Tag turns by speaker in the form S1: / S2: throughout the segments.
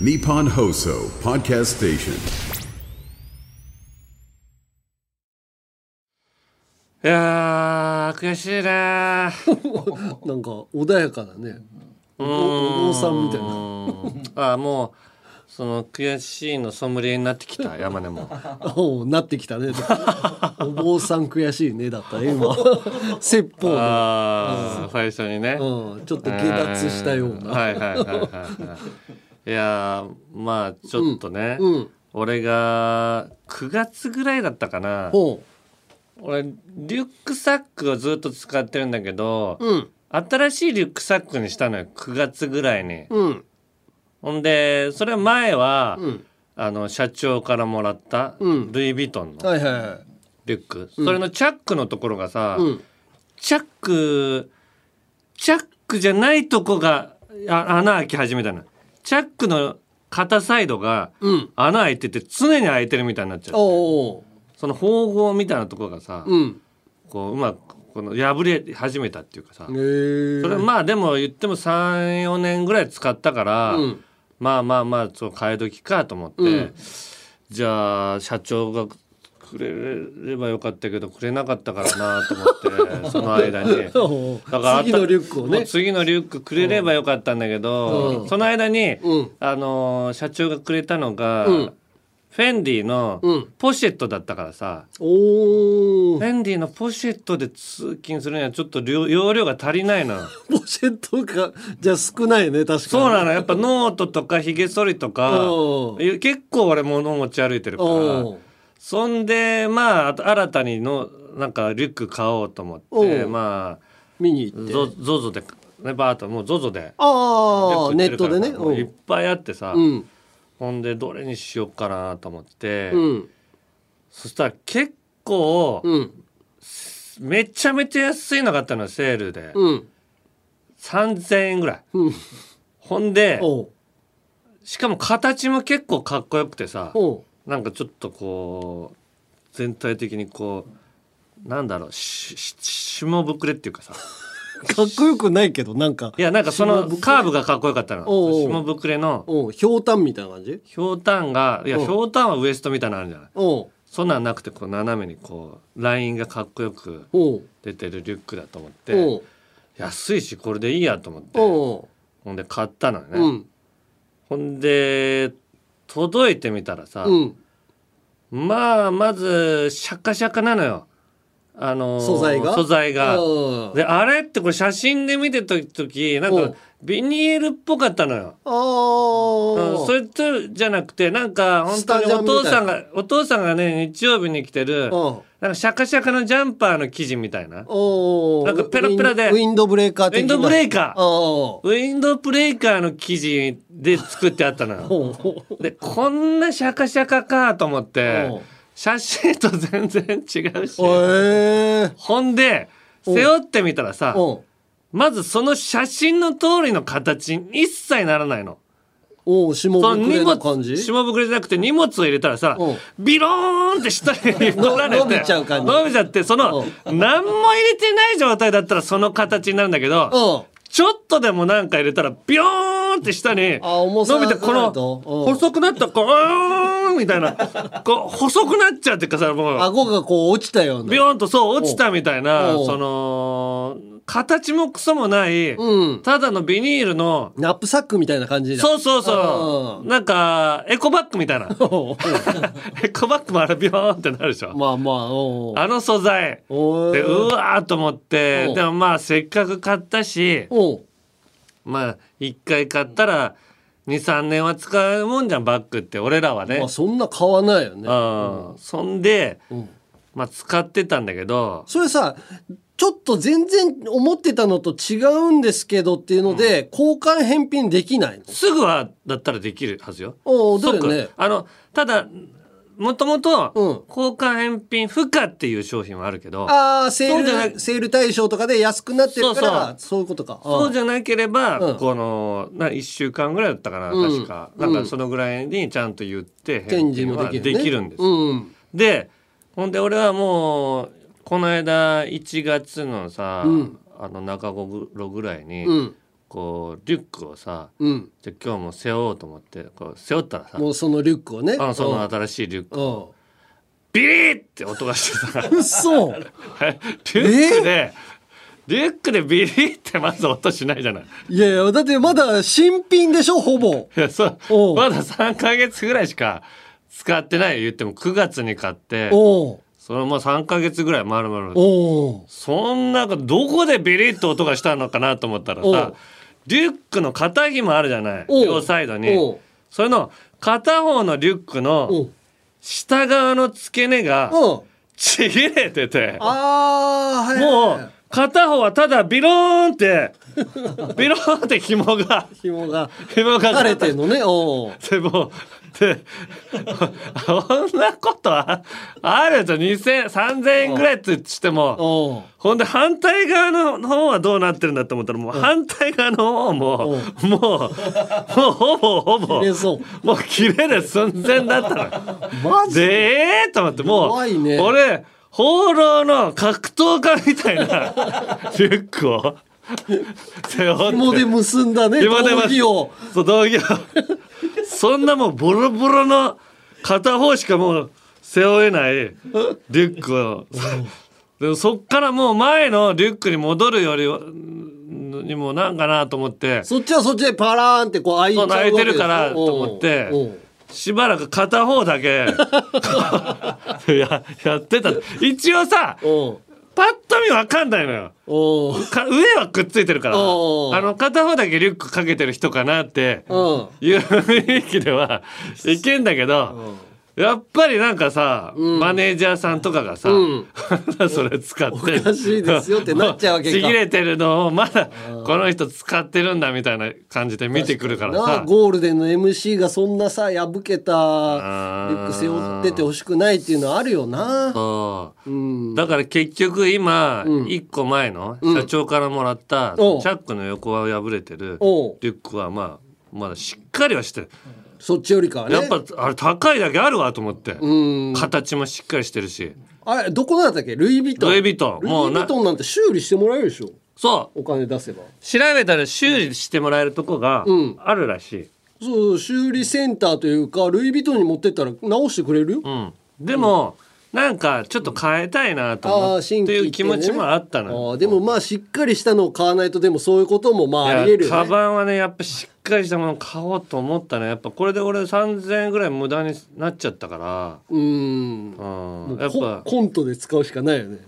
S1: Nippon Hoso Podcast Station.
S2: いやー悔しいなー
S3: なんか穏やかなねおおお坊さんみたいな
S2: あーもうその悔しいのソムリエになってき た山根も
S3: おうなってき たねお坊さん悔しいねだったね今説法の、
S2: あー最初にね、
S3: うん、ちょっと下脱したような、
S2: はいはいはいはいはいいやーまあちょっとね、
S3: うん
S2: 俺が9月ぐらいだったかな
S3: ほ
S2: 俺リュックサックをずっと使ってるんだけど、
S3: ううん
S2: 新しいリュックサックにしたのよ9月ぐらいに、
S3: うん
S2: ほんでそれ前は、
S3: うん
S2: あの社長からもらった、
S3: うん
S2: ルイ・ヴィトンの
S3: はいはいは
S2: リュック、それのチャックのところがさ、
S3: いうん
S2: チャックチャックじゃないとこがあ穴開き始めたのチャックの片サイドが
S3: うん
S2: 穴開いてて常に開いてるみたいになっちゃう
S3: おうおう
S2: その縫合みたいなところがさ、
S3: うん
S2: こううまくこの破れ始めたっていうかさ、
S3: へえ
S2: それまあでも言っても34年ぐらい使ったから、
S3: うん
S2: まあまあまあそう替え時かと思って、
S3: うん
S2: じゃあ社長がくれればよかったけどくれなかったからなと思って その間にだ
S3: おう
S2: から
S3: 次のリュックを
S2: もう
S3: ね
S2: 次のリュックくれればよかったんだけど、
S3: うん
S2: その間に、
S3: うん
S2: あのー社長がくれたのが、
S3: うん
S2: フェンディの
S3: うん
S2: ポシェットだったからさ、
S3: おお
S2: フェンディのポシェットで通勤するにはちょっと量容量が足りないの。
S3: ポシェットがじゃあ少ないね確かに
S2: そうなのやっぱノートとかひげ剃りとか
S3: おう
S2: いや結構俺物持ち歩いてるから
S3: おう
S2: そんでまああと新たにのなんかリュック買おうと思って
S3: おう
S2: まあ
S3: 見に行って
S2: ゾゾゾでねバーッともうゾゾで
S3: ああネ
S2: リュ
S3: ッ
S2: ック
S3: ト
S2: 売ってる
S3: でね
S2: からもういっぱいあってさ、
S3: うん
S2: ほんでどれにしようかなと思って、
S3: うん
S2: そしたら結構、
S3: うん
S2: めちゃめちゃ安いのがあったのセールで、
S3: うん
S2: 3,000円ぐらい。
S3: うん
S2: ほんで
S3: おう
S2: しかも形も結構かっこよくてさ
S3: おう
S2: なんかちょっとこう全体的にこうなんだろうしし下ぶくれっていうかさ
S3: かっこよくないけどなんか
S2: いやなんかそ
S3: 下
S2: の
S3: ぶくれ
S2: カーブがかっこよかったの
S3: おうおう
S2: 下ぶくれの
S3: おうひょうたんみたいな感じ
S2: ひょうたんがいや
S3: おう
S2: ひょうたんはウエストみたいなのあるんじゃない
S3: おう
S2: そんなんなくてこう斜めにこうラインがかっこよく
S3: おう
S2: 出てるリュックだと思って
S3: おう
S2: 安いしこれでいいやと思って
S3: おう
S2: ほんで買ったのよね、
S3: うん
S2: ほんで届いてみたらさ、
S3: うん
S2: まあまずシャカシャカなのよあのー
S3: 素材が
S2: 素材が
S3: あ
S2: であれってこれ写真で見てた時な
S3: うんん
S2: かビニールっぽかったのよ、
S3: あ
S2: うん、そ
S3: ー
S2: れとじゃなくてなんか本当に
S3: スタジャ
S2: お
S3: ンみたい
S2: 父さんがお父さんがね日曜日に着てる
S3: うん
S2: なんかシャカシャカのジャンパーの生地みたいな
S3: おう
S2: なんかペラペラで
S3: ウィンウィンドブレーカー
S2: ウィ
S3: 的
S2: ン
S3: な
S2: ドブレーカー
S3: おう
S2: ウィンドブレーカーの生地で作ってあったのよ
S3: おう
S2: でこんなシャカシャカかと思って
S3: うん
S2: 写真と全然違うし
S3: へえ
S2: ほんで背負ってみたらさ
S3: おう
S2: まずその写真の通りの形に一切ならないの。
S3: おう下
S2: その
S3: ぶく
S2: 荷
S3: れ
S2: 物
S3: の感じ
S2: 下ぶくれじゃなくて荷物を入れたらさ
S3: うん
S2: ビローンって下に乗られて
S3: 伸びちゃう感じ
S2: 伸びちゃってその何も入れてない状態だったらその形になるんだけど
S3: うん
S2: ちょっとでもなんか入れたらビヨーンって下に
S3: あ重さ
S2: 伸
S3: が
S2: びてこの
S3: かかるとうん
S2: 細くなったこううーんみたいなこう細くなっちゃうっていうかさもう
S3: 顎がこう落ちたような
S2: ビヨーンとそう落ちたみたいな
S3: おう
S2: その形もクソもない、
S3: うん
S2: ただのビニールの
S3: ナップサックみたいな感じだ
S2: そうそうそうなんかエコバッグみたいな
S3: お
S2: エコバッグもあれビヨーンってなるでしょ、
S3: まあまあおう
S2: あの素材
S3: おう
S2: でうわーと思って
S3: おう
S2: でもまあせっかく買ったし
S3: おう
S2: まあ一回買ったら23年は使うもんじゃんバッグって俺らはね、
S3: まあそんな買わないよね
S2: うんそんで、
S3: ん
S2: まあ、使ってたんだけど
S3: それさちょっと全然思ってたのと違うんですけどっていうので、交換返品できないの
S2: すぐはだったらできるはずよ。
S3: おうだよね
S2: 即あのただもともと
S3: うん
S2: 交換返品不可っていう商品はあるけど、
S3: ああセ
S2: そうじゃな
S3: ールセール対象とかで安くなってるから
S2: そ
S3: そうういうことか
S2: そうじゃなければ、
S3: うん
S2: このな1週間ぐらいだったかな、
S3: うん
S2: 確かなんかそのぐらいにちゃんと言って
S3: 展
S2: 返
S3: 示
S2: 品
S3: も
S2: は
S3: で
S2: で
S3: きる、ね、
S2: きるんです。
S3: うん
S2: でほんで俺はもうこの間1月のさ、あの中頃ぐらいに、
S3: うん
S2: こうリュックをさ
S3: うん。
S2: じゃあ今日も背負おうと思ってこう背負ったらさ
S3: もうそのリュックをね。
S2: あのその新しいリュック
S3: うん。
S2: ビリッって音がしてさ リ
S3: うん。嘘。
S2: ュックでリュックでビリッってまず音しないじゃない。
S3: いやいや、だってまだ新品でしょ、ほぼ。
S2: いやそう
S3: おう
S2: まだ3ヶ月ぐらいしか使ってないよ言っても9月に買って
S3: おう
S2: それも3ヶ月ぐらい丸々
S3: おう
S2: そんなどこでビリッと音がしたのかなと思ったら
S3: お
S2: さ
S3: う
S2: リュックの肩紐あるじゃない
S3: おう
S2: 両サイド
S3: お
S2: に
S3: う
S2: それの片方のリュック
S3: お
S2: の
S3: う
S2: 下側の付け根が
S3: うん。
S2: ちぎれてて
S3: ああ、はい。
S2: もう片方はただビローンってビローンって紐が
S3: 紐が
S2: 紐が
S3: 垂れてんのね。おう
S2: でもうでそんなことああると2,000 3,000円ぐらいってしても
S3: おう
S2: ほんで反対側の方はどうなってるんだと思ったらもう反対側の方ももうもうほぼほぼ
S3: 切れそう
S2: もう切れる寸前だ ったの。
S3: マジ
S2: でえー、と思っても
S3: 怖いね
S2: う俺放浪の格闘家みたいなリュックを背負って
S3: 紐で結んだね。
S2: 今でも
S3: 道着を。
S2: そう道着をそんなもうボロボロの片方しかもう背負えないリュックをでもそっからもう前のリュックに戻るよりはにもなんかなと思って
S3: そっちはそっちでパラーンってこう開いちゃうわ
S2: そ
S3: け
S2: う開いてるから
S3: でしょ
S2: と思って
S3: おうおう
S2: しばらく片方だけ ややってた一応さ
S3: おう
S2: パッと見わかんないのよ。
S3: おう
S2: か上はくっついてるからあ
S3: おうおう
S2: の片方だけリュックかけてる人かなって
S3: うん
S2: いう雰囲気ではいけんだけど、やっぱりなんかさ、マネージャーさんとかがさ、それ使ってお
S3: かしいですよってなっちゃうわけか
S2: ちぎれてるのをまだこの人使ってるんだみたいな感じで見てくるから
S3: なあ
S2: さ
S3: ゴールデンの MC がそんなさ破けたリュック背負っててほしくないっていうのはあるよな
S2: そう
S3: うん
S2: だから結局今一個前の社長からもらったチ
S3: お
S2: ャックの横は破れてるリ
S3: おう
S2: ュックはまあまだしっかりはしてる
S3: そっちよりかはね
S2: やっぱあれ高いだけあるわと思って
S3: うん
S2: 形もしっかりしてるし
S3: あれどこなんだっけルイ・ヴィトン
S2: ルイヴィトン
S3: ルイ・
S2: もう
S3: ヴ
S2: な
S3: ィトンなんて修理してもらえるでしょ
S2: そう
S3: お金出せば
S2: 調べたら修理してもらえるとこが
S3: うん
S2: あるらしい、
S3: そう修理センターというかルイ・ヴィトンに持ってったら直してくれるよ、
S2: うんでも、なんかちょっと変えたいなと
S3: あ
S2: 思
S3: あ
S2: っ
S3: 新規
S2: ていう
S3: って
S2: 気
S3: ね
S2: 持ちもあったのよ
S3: ああでもまあしっかりしたのを買わないとでもそういうこともまあありえる
S2: いや
S3: よ
S2: カ
S3: ね
S2: バンはねやっぱしっかりしたものを買おうと思ったねやっぱこれで俺3,000円ぐらい無駄になっちゃったか
S3: うん
S2: ら、う
S3: も
S2: ん、
S3: う
S2: やっぱ
S3: ココントで使うしかないよね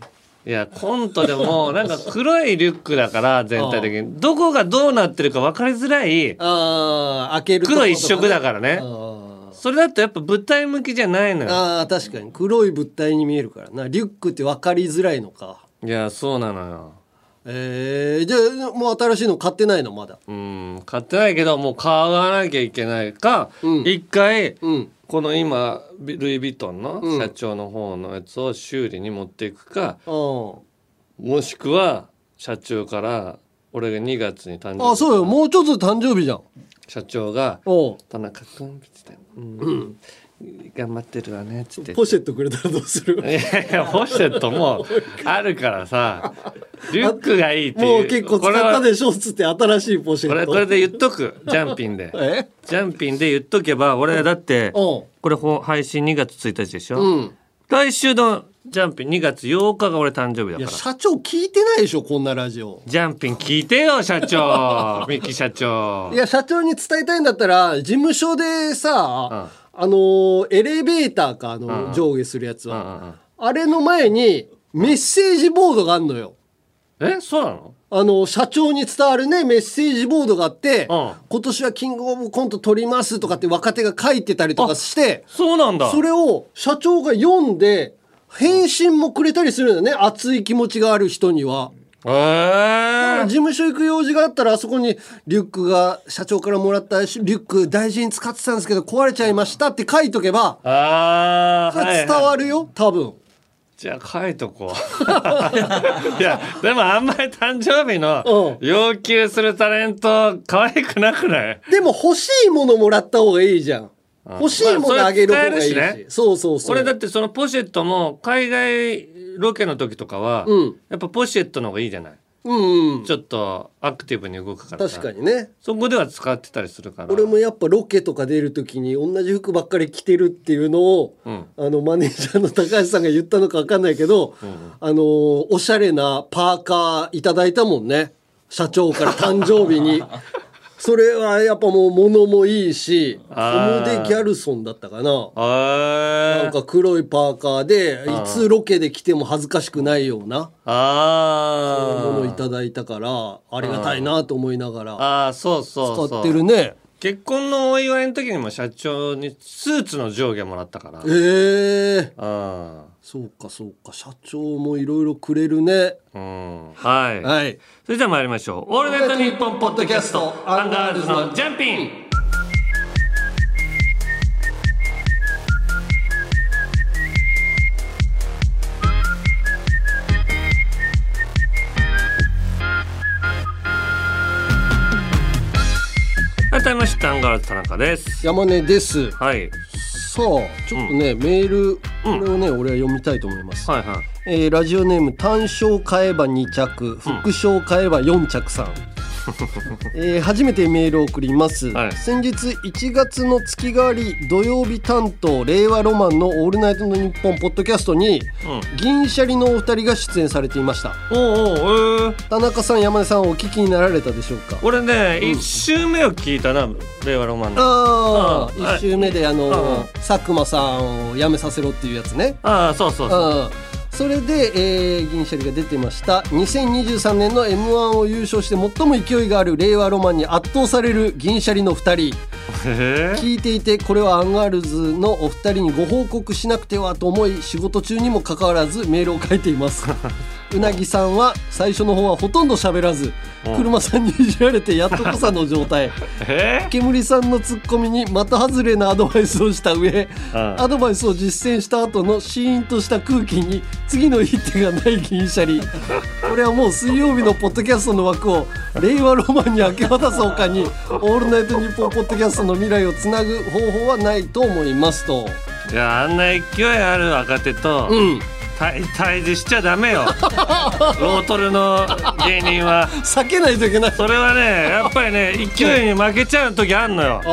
S2: いやコントで もなんか黒いリュックだから全体的にどこがどうなってるか分かりづらい
S3: ああ開けるとこ
S2: 黒
S3: とかね
S2: 一色だからね
S3: あ
S2: それだとやっぱ舞台向きじゃないのよ
S3: ああー確かに黒い物体に見えるからなリュックって分かりづらいのか
S2: いやそうなのよ
S3: えー、じゃあもう新しいの買ってないのまだ
S2: うん買ってないけどもう買わなきゃいけないか
S3: うん
S2: 一、回
S3: うん
S2: この今ルイ・ヴィトンの社長の方のやつを修理に持っていくか、
S3: あー
S2: もしくは社長から俺が2月に誕生日
S3: あそうよもうちょっとで誕生日じゃん
S2: 社長が
S3: おう
S2: 「田中君」みたいなうん頑張ってるわね」っつって。
S3: ポシェットくれたらどうする
S2: いやいやポシェットもあるから さリュックがいいっていう
S3: もう結構使ったでしょっつって新しいポシェ
S2: こ
S3: ッ
S2: れ
S3: ト
S2: これで言っとくジャンピ ンで
S3: え
S2: ジャンピンで言っとけば俺だって
S3: おう
S2: これほ配信2月1日でしょ、
S3: うん
S2: 来週のジャンピン2月8日が俺誕生日
S3: い
S2: だか
S3: や
S2: ら
S3: 社長聞いてないでしょこんなラジオ
S2: ジャンピン聞いてよ社 長ミキ社長
S3: いや社長に伝えたいんだったら事務所でさ、あのーエレベーターかあの、上下するやつは、あれの前にメッセージボードがあるのよ
S2: えそうなの
S3: あの社長に伝わるねメッセージボードがあって、
S2: うん
S3: 今年はキングオブコント取りますとかって若手が書いてたりとかして
S2: そうなんだ
S3: それを社長が読んで返信もくれたりするんだよね熱い気持ちがある人には。
S2: えー
S3: 事務所行く用事があったらあそこにリュックが社長からもらったリュック大事に使ってたんですけど壊れちゃいましたって書いとけば
S2: あー、はい
S3: 伝わるよ多分
S2: じゃあ書いとこう いやでもあんまり誕生日の
S3: う
S2: 要求するタレント可愛くなくない
S3: でも欲しいものもらった方がいいじゃん欲しいものあげる方がいいし,、
S2: まあそれ使えるしね
S3: そうそうそ
S2: こ
S3: う
S2: れだってそのポシェットも海外ロケの時とかは、
S3: うん
S2: やっぱポシェットの方がいいじゃない
S3: うんうん
S2: ちょっとアクティブに動くから
S3: 確かにね
S2: そこでは使ってたりするから
S3: 俺もやっぱロケとか出る時に同じ服ばっかり着てるっていうのを、
S2: ん
S3: あのマネージャーの高橋さんが言ったのか分かんないけど、あのおしゃれなパーカーいただいたもんね社長から誕生日 にそれはやっぱもう物もいいしコム
S2: あー
S3: デ・ギャルソンだったかな
S2: あ
S3: なん
S2: ー
S3: か黒いパーカーでいつロケで着ても恥ずかしくないような
S2: あ
S3: もの
S2: ー
S3: いただいたからありがたいなと思いながら
S2: あーそうそう
S3: 使
S2: そ
S3: っ
S2: う
S3: てるね
S2: 結婚のお祝いの時にも社長にスーツの上下もらったから
S3: ええー、
S2: あ
S3: そうかそうか社長もいろいろくれるね
S2: ーうんはい、
S3: はい
S2: それでは参りましょうオールナイトニッポンポッドキャストアンガールズのジャンピン改めましてアンガールズ田中です
S3: 山根ですさ
S2: はい
S3: あちょっとね、メールこれをね、俺は読みたいと思います、
S2: はいはい
S3: えーラジオネーム単勝買えば2着副賞買えば4 着さん、えー初めてメールを送ります、
S2: はい
S3: 先日1月の月替わり土曜日担当令和ロマンの「オールナイトの日本ポッドキャストに、銀シャリのお二人が出演されていました
S2: おうおうえー
S3: 田中さん山根さんお聞きになられたでしょうか
S2: 俺ね、一周目を聞いたな令和ロマンの
S3: あ
S2: うんは
S3: あ
S2: い
S3: 一周目であ
S2: うんうん
S3: の佐久間さんを辞めさせろっていうやつね
S2: ああそうそうそう
S3: うんそれで、えー銀シャリが出てました2023年の m 1を優勝して最も勢いがある令和ロマンに圧倒される銀シャリの2人
S2: へえ
S3: 聞いていてこれはアンガールズのお二人にご報告しなくてはと思い仕事中にもかかわらずメールを書いていますうなぎさんは最初の方はほとんど喋らず車さんにいじられてやっとこさの状態
S2: えー
S3: 煙さんのツッコミに的外れなアドバイスをした上
S2: ん
S3: アドバイスを実践した後のシーンとした空気に次の一手がない銀シャリこれはもう水曜日のポッドキャストの枠を令和ロマンに明け渡すほかに「オールナイトニッポン」ポッドキャストの未来をつなぐ方法はないと思いますと
S2: いやあんな勢いある若手と、
S3: ん
S2: 対対峙しちゃダ メよロートルの芸人は
S3: 避けないといけない
S2: それはねやっぱりね勢いに負けちゃう時あんのよ
S3: あ
S2: これ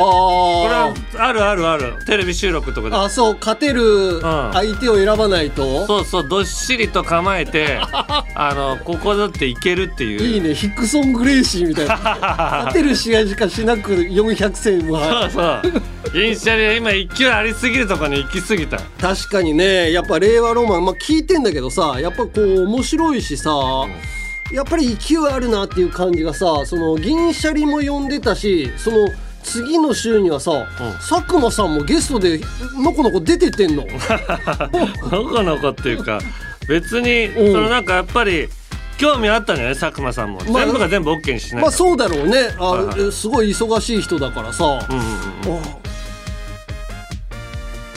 S2: は
S3: ー
S2: あるあるあるテレビ収録とかで
S3: あそう勝てる相手を選ばないと、
S2: そうそうどっしりと構え てあのここだっていけるっていう
S3: いいねヒクソン・グレイシーみたいな勝てる試合しかしなく400戦は
S2: そうそう銀シャリは今勢いありすぎるとこに行き過ぎた
S3: 確かにねやっぱ令和ロマン、まあ、聞いてんだけどさやっぱこう面白いしさ、やっぱり勢いあるなっていう感じがさその銀シャリも呼んでたしその次の週にはさ、佐久間さんもゲストでのこのこ出ててんの
S2: のこのこっていうか別に
S3: うん
S2: そのなんかやっぱり興味あったんじゃない佐久間さんも、
S3: まあ
S2: 全部が全部 OK にしないか
S3: まあ
S2: ら
S3: そうだろうねあ、
S2: はいは
S3: すごい忙しい人だからさ、
S2: うんうん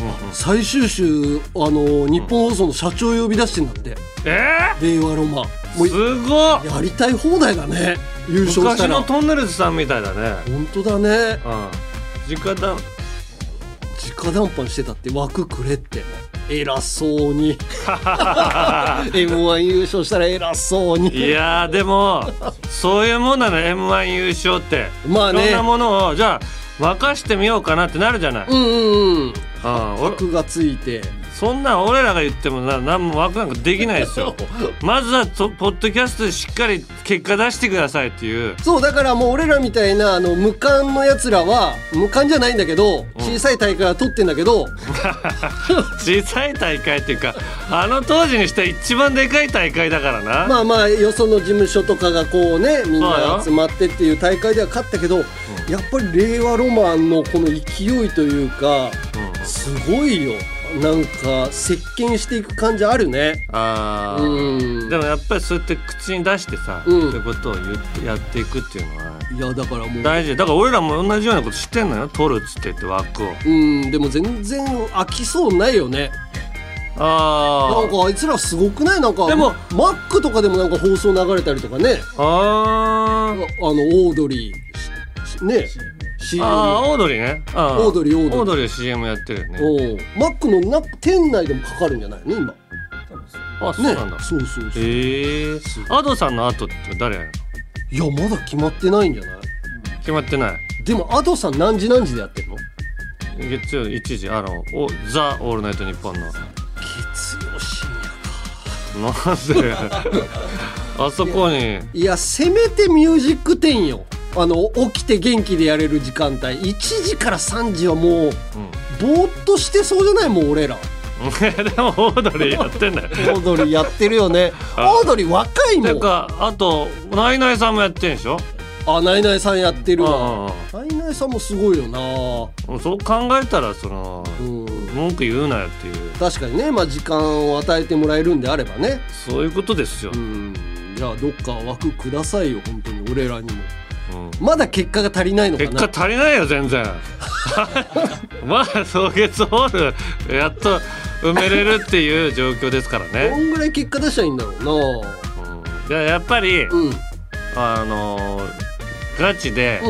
S3: あ最終週あの日本放送の社長呼び出してんだって
S2: え
S3: 令和ロマンも
S2: ー、
S3: う
S2: すごっ
S3: やりたい放題だね優勝した
S2: 昔
S3: ら
S2: のトンネルズさんみたいだね
S3: 本当だね
S2: うん直談
S3: 直談判してたって枠くれって偉そう に m 1優勝したら偉そう
S2: い
S3: に
S2: やーでもそういうもんなの m 1優勝って
S3: まあね
S2: いろんなものをじゃあ任してみようかなってなるじゃない、う
S3: うんうんうん
S2: ん、俺
S3: 枠がついて
S2: そんなん俺らが言ってもな何も枠なんかできない ですよまずはとポッドキャストでしっかり結果出してくださいっていう
S3: そうだからもう俺らみたいなあの無冠のやつらは無冠じゃないんだけど小さい大会は取ってんだけど、
S2: 小さい大会っていうかあの当時にしては一番でかい大会だからな、
S3: まあまあよその事務所とかがこうねみん
S2: そう
S3: な
S2: よ
S3: 集まってっていう大会では勝ったけど、やっぱり令和ロマンのこの勢いというかすごいよなんか席巻していく感じあるね。
S2: あー
S3: うん
S2: でもやっぱりそうやって口に出してさ、
S3: うん
S2: そういうことを言ってやっていくっていうのはい
S3: やだからもう
S2: 大事だから俺らも同じようなこと知ってんのよ取るっつって言って枠を
S3: うんでも全然飽きそうないよねな
S2: あ
S3: んかあいつらすごくないなんか
S2: でも
S3: マックとかでもなんか放送流れたりとかね
S2: ああ
S3: ああ
S2: ー
S3: のオードリーしね CM
S2: あーオードリーねオ
S3: オードリーオードリー
S2: オードリー CM やってるよね
S3: おうマックのな店内でもかかるんじゃないの今
S2: あそうなんだ、
S3: そうそうそう、
S2: ええアドさんの後って誰やる
S3: いやまだ決まってないんじゃない
S2: の決まってない
S3: でもアドさん何時何時でやってるの
S2: 月曜1時あのおザ・オールナイトニッポンの
S3: 月曜深夜
S2: なんであそこに
S3: いやせめてミュージック10よあの起きて元気でやれる時間帯1時から3時はもう、ぼーっとしてそうじゃないもう俺ら
S2: でもオードリーやってんだよ
S3: オードリーやってる よねオードリー若いも
S2: て
S3: ん
S2: かあとナイナイさんもやってんでしょ
S3: あナイナイさんやってるわ
S2: あ
S3: ナイナイさんもすごいよな
S2: あそう考えたらその
S3: うん
S2: 文句言うなよっていう
S3: 確かにねまあ時間を与えてもらえるんであればね
S2: そういうことですよ、
S3: うんじゃあどっか枠くださいよ本当に俺らにも
S2: うん
S3: まだ結果が足りないのかな
S2: 結果足りないよ全然 まあ草月ホールやっと埋めれるっていう状況ですから
S3: ど
S2: ね、
S3: んぐらい結果出したらいいんだろうな
S2: うん、いややっぱり、
S3: うんうん
S2: あのーガチで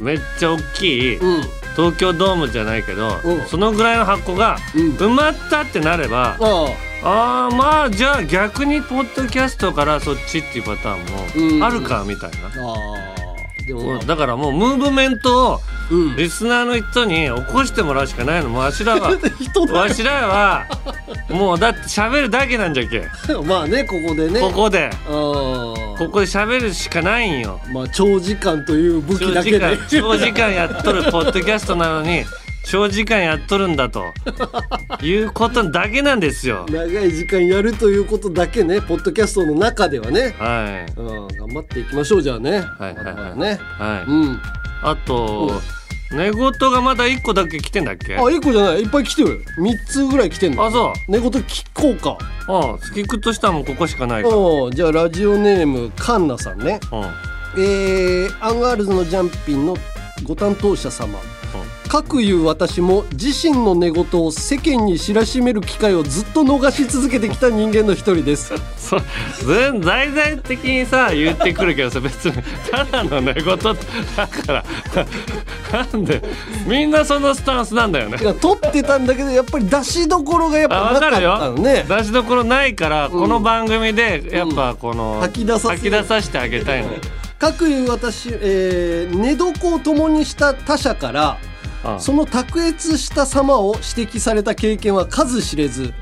S2: めっちゃ大きい
S3: うん
S2: 東京ドームじゃないけど、
S3: うん
S2: そのぐらいの箱が
S3: うん
S2: 埋まったってなれば、
S3: ああ
S2: ああまあじゃあ逆にポッドキャストからそっちっていうパターン
S3: うん
S2: もあるかみたいな、
S3: ああでも
S2: そう
S3: まあ
S2: だからもうムーブメントを
S3: うん
S2: リスナーの人に起こしてもらうしかないのもうわしらは
S3: 人だ
S2: わしらはもうだって喋るだけなんじゃけ
S3: まあねここでね
S2: ここで
S3: あ
S2: ここで喋るしかないんよ
S3: あまあ長時間という武器
S2: 長
S3: だ
S2: 時
S3: け
S2: 間
S3: で
S2: 長時間やっとるポッドキャストなのに長時間やっとるんだ ということだけなんですよ
S3: 長い時間やるということだけねポッドキャストの中ではね
S2: はい
S3: うん頑張っていきましょうじゃあね
S2: はいはい
S3: まだま
S2: は
S3: だ
S2: い、
S3: ね
S2: は
S3: う
S2: い、
S3: ん
S2: あと寝言がまだ1個だけ来てんだっけ
S3: あ一個じゃないいっぱい来てる三つぐらい来てんの
S2: あそう
S3: 寝言聞こうか
S2: うんスキックとしたらもうここしかないから
S3: うんじゃあラジオネームカンナさんね
S2: うんうん
S3: えー、アンガールズのジャンピンのご担当者様かくいう私も自身の寝言を世間に知らしめる機会をずっと逃し続けてきた人間の一人 です
S2: そう全財々的にさ言ってくるけどさ別にただの寝言だからなんでみんなそのスタンスなんだよね
S3: いや撮ってたんだけどやっぱり出しどころがやっ
S2: あ
S3: ぱ
S2: 分か
S3: なかっ
S2: る
S3: た
S2: よ
S3: のね
S2: 出しどころないから、この番組でやっぱこの、
S3: ん吐き出させる
S2: 吐き出させてあげたいの、
S3: かくいう私、えー寝床を共にした他者から
S2: うん
S3: その卓越した様を指摘された経験は数知れず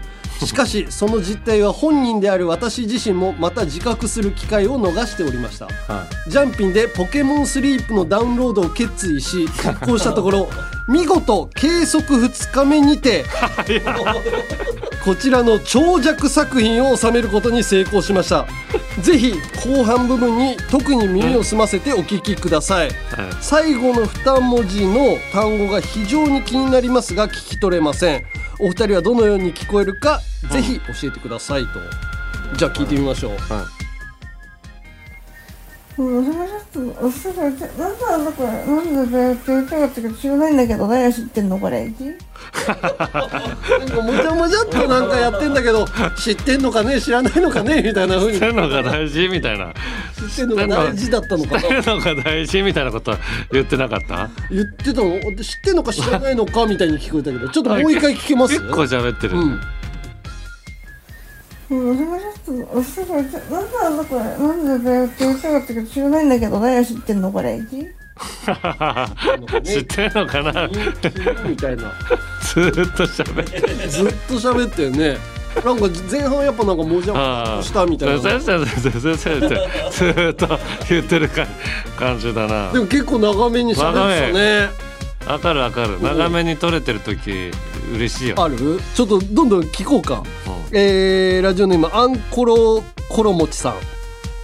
S3: しかしその実態は本人である私自身もまた自覚する機会を逃しておりました
S2: は
S3: ジャンピンでポケモンスリープのダウンロードを決意し実行したところ見事計測2日目にてこちらの長尺作品を収めることに成功しましたぜひ後半部分に特に耳を澄ませてお聞きくださ
S2: は
S3: い
S2: い
S3: 最後の2文字の単語が非常に気になりますが聞き取れませんお二人はどのように聞こえるかぜひ教えてくださいとじゃあ聞いてみましょう
S2: は
S4: うん、それちょっと、それなんだこれ、なんだって言ってなかったけど、知らないんだけど、誰が知ってんのこれ。
S3: なんかもじゃもじゃっとなんかやってんだけど知ってんのかね知らないのかねみたいな風
S2: い
S3: に
S2: そういうのが大事みたいな
S3: 知ってんのが大事だったのか
S2: そうい
S3: な
S2: うのが大事みたいなこと言ってなかった
S3: 言ってたので知ってんのか知らないのかみたいに聞こえたけどちょっともう一回聞けます
S2: 結構喋ってる、
S3: うん
S4: うん、それちょっと、それちょっと、なんだこれ、なんだって言ってなかったけど、知らないんだけど、誰が知ってんのこれ。
S2: 知ってんのかな
S3: みたいな
S2: ずーっと喋ってる
S3: ずっと喋ってるねなんか前半やっぱなんかもじゃもじゃっとしたみたい
S2: 先
S3: な
S2: 生先生先生ずーっと言ってるか感じだな
S3: でも結構長めに喋ってたね
S2: わかるわかる長めに撮れてる時嬉しいよ
S3: あるちょっとどんどん聞こうか、
S2: う
S3: えーラジオネームアンコロコロもちさん、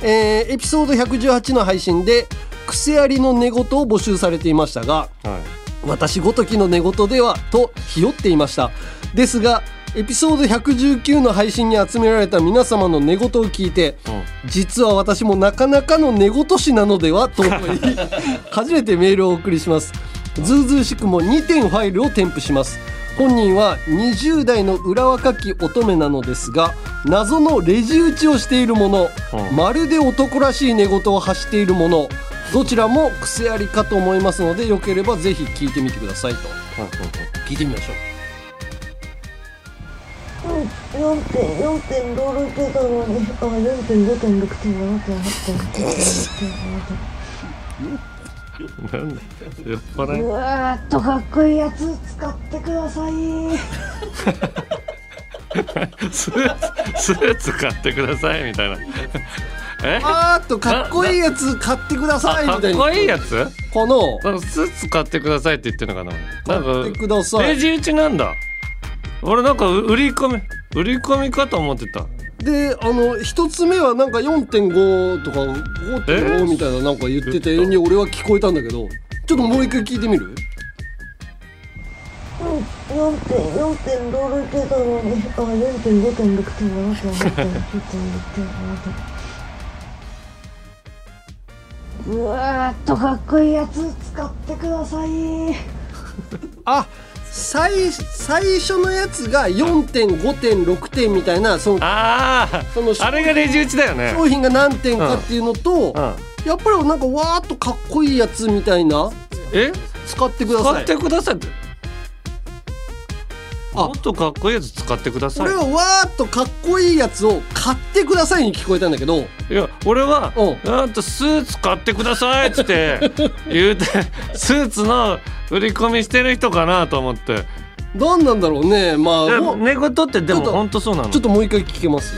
S3: えーエピソード118の配信で癖ありの寝言を募集されていましたが
S2: はい
S3: 私ごときの寝言ではとひよっていましたですがエピソード119の配信に集められた皆様の寝言を聞いて、実は私もなかなかの寝言師なのではと思 い初めてメールをお送りしますズうずうしくも2点ファイルを添付します本人は20代の裏若き乙女なのですが謎のレジ打ちをしているもの、
S2: うん
S3: まるで男らしい寝言を発しているものどちらも癖ありかと思いますのでよければぜひ聞いてみてくださいと聞いてみましょう
S4: 4.56点だのに、あ、4.5.6点7点8点9点7点。
S2: なんだ酔っ払
S4: う
S2: い
S4: わーっとかっこいいやつ使ってください
S2: スーツスーツ買ってくださいみたいなえ
S3: あーっとかっこいいやつ買ってくださいみ
S2: か
S3: た
S2: っ
S3: い
S2: こ
S3: ない
S2: いやつ
S3: この
S2: なんかスーツ買ってくださいって言ってるのかなな
S3: 買
S2: ん
S3: って
S2: か
S3: ください
S2: レジ打ちなんだ俺なんかう売り込み売り込みかと思ってた
S3: であの一つ目はなんか4.5とか
S2: え
S3: 5.5みたいななんか言ってて
S2: 言った
S3: に俺は聞こえたんだけどちょっともう一回聞いてみる
S4: 4点4点ロール出たのにあ4点5点6点7点8点9点1点7点うわーっとかっこいいやつ使ってください
S3: あ最最初のやつが4.5.6点みたいなその
S2: あ
S3: その
S2: ああれがレジ打ちだよね
S3: 商品が何点かっていうのと、
S2: うん
S3: やっぱりなんかわーっとかっこいいやつみたいな
S2: え
S3: 使ってくだ
S2: 使
S3: さ
S2: っ
S3: い
S2: てくださいって
S3: あ
S2: もっとかっこいいやつ使ってくださ
S3: 俺はわーっとかっこいいやつを買ってくださいに聞こえたんだけど
S2: いいや俺は
S3: う
S2: なんとスーツ買ってくださいっつって 言うてスーツの売り込みしてる人かなと思って
S3: 何なんだろうねまあ
S2: いや
S3: もう
S2: 寝言ってで
S3: ちょ
S2: も
S3: っと
S2: 本当そうなの
S3: ちょっともう一回聞けます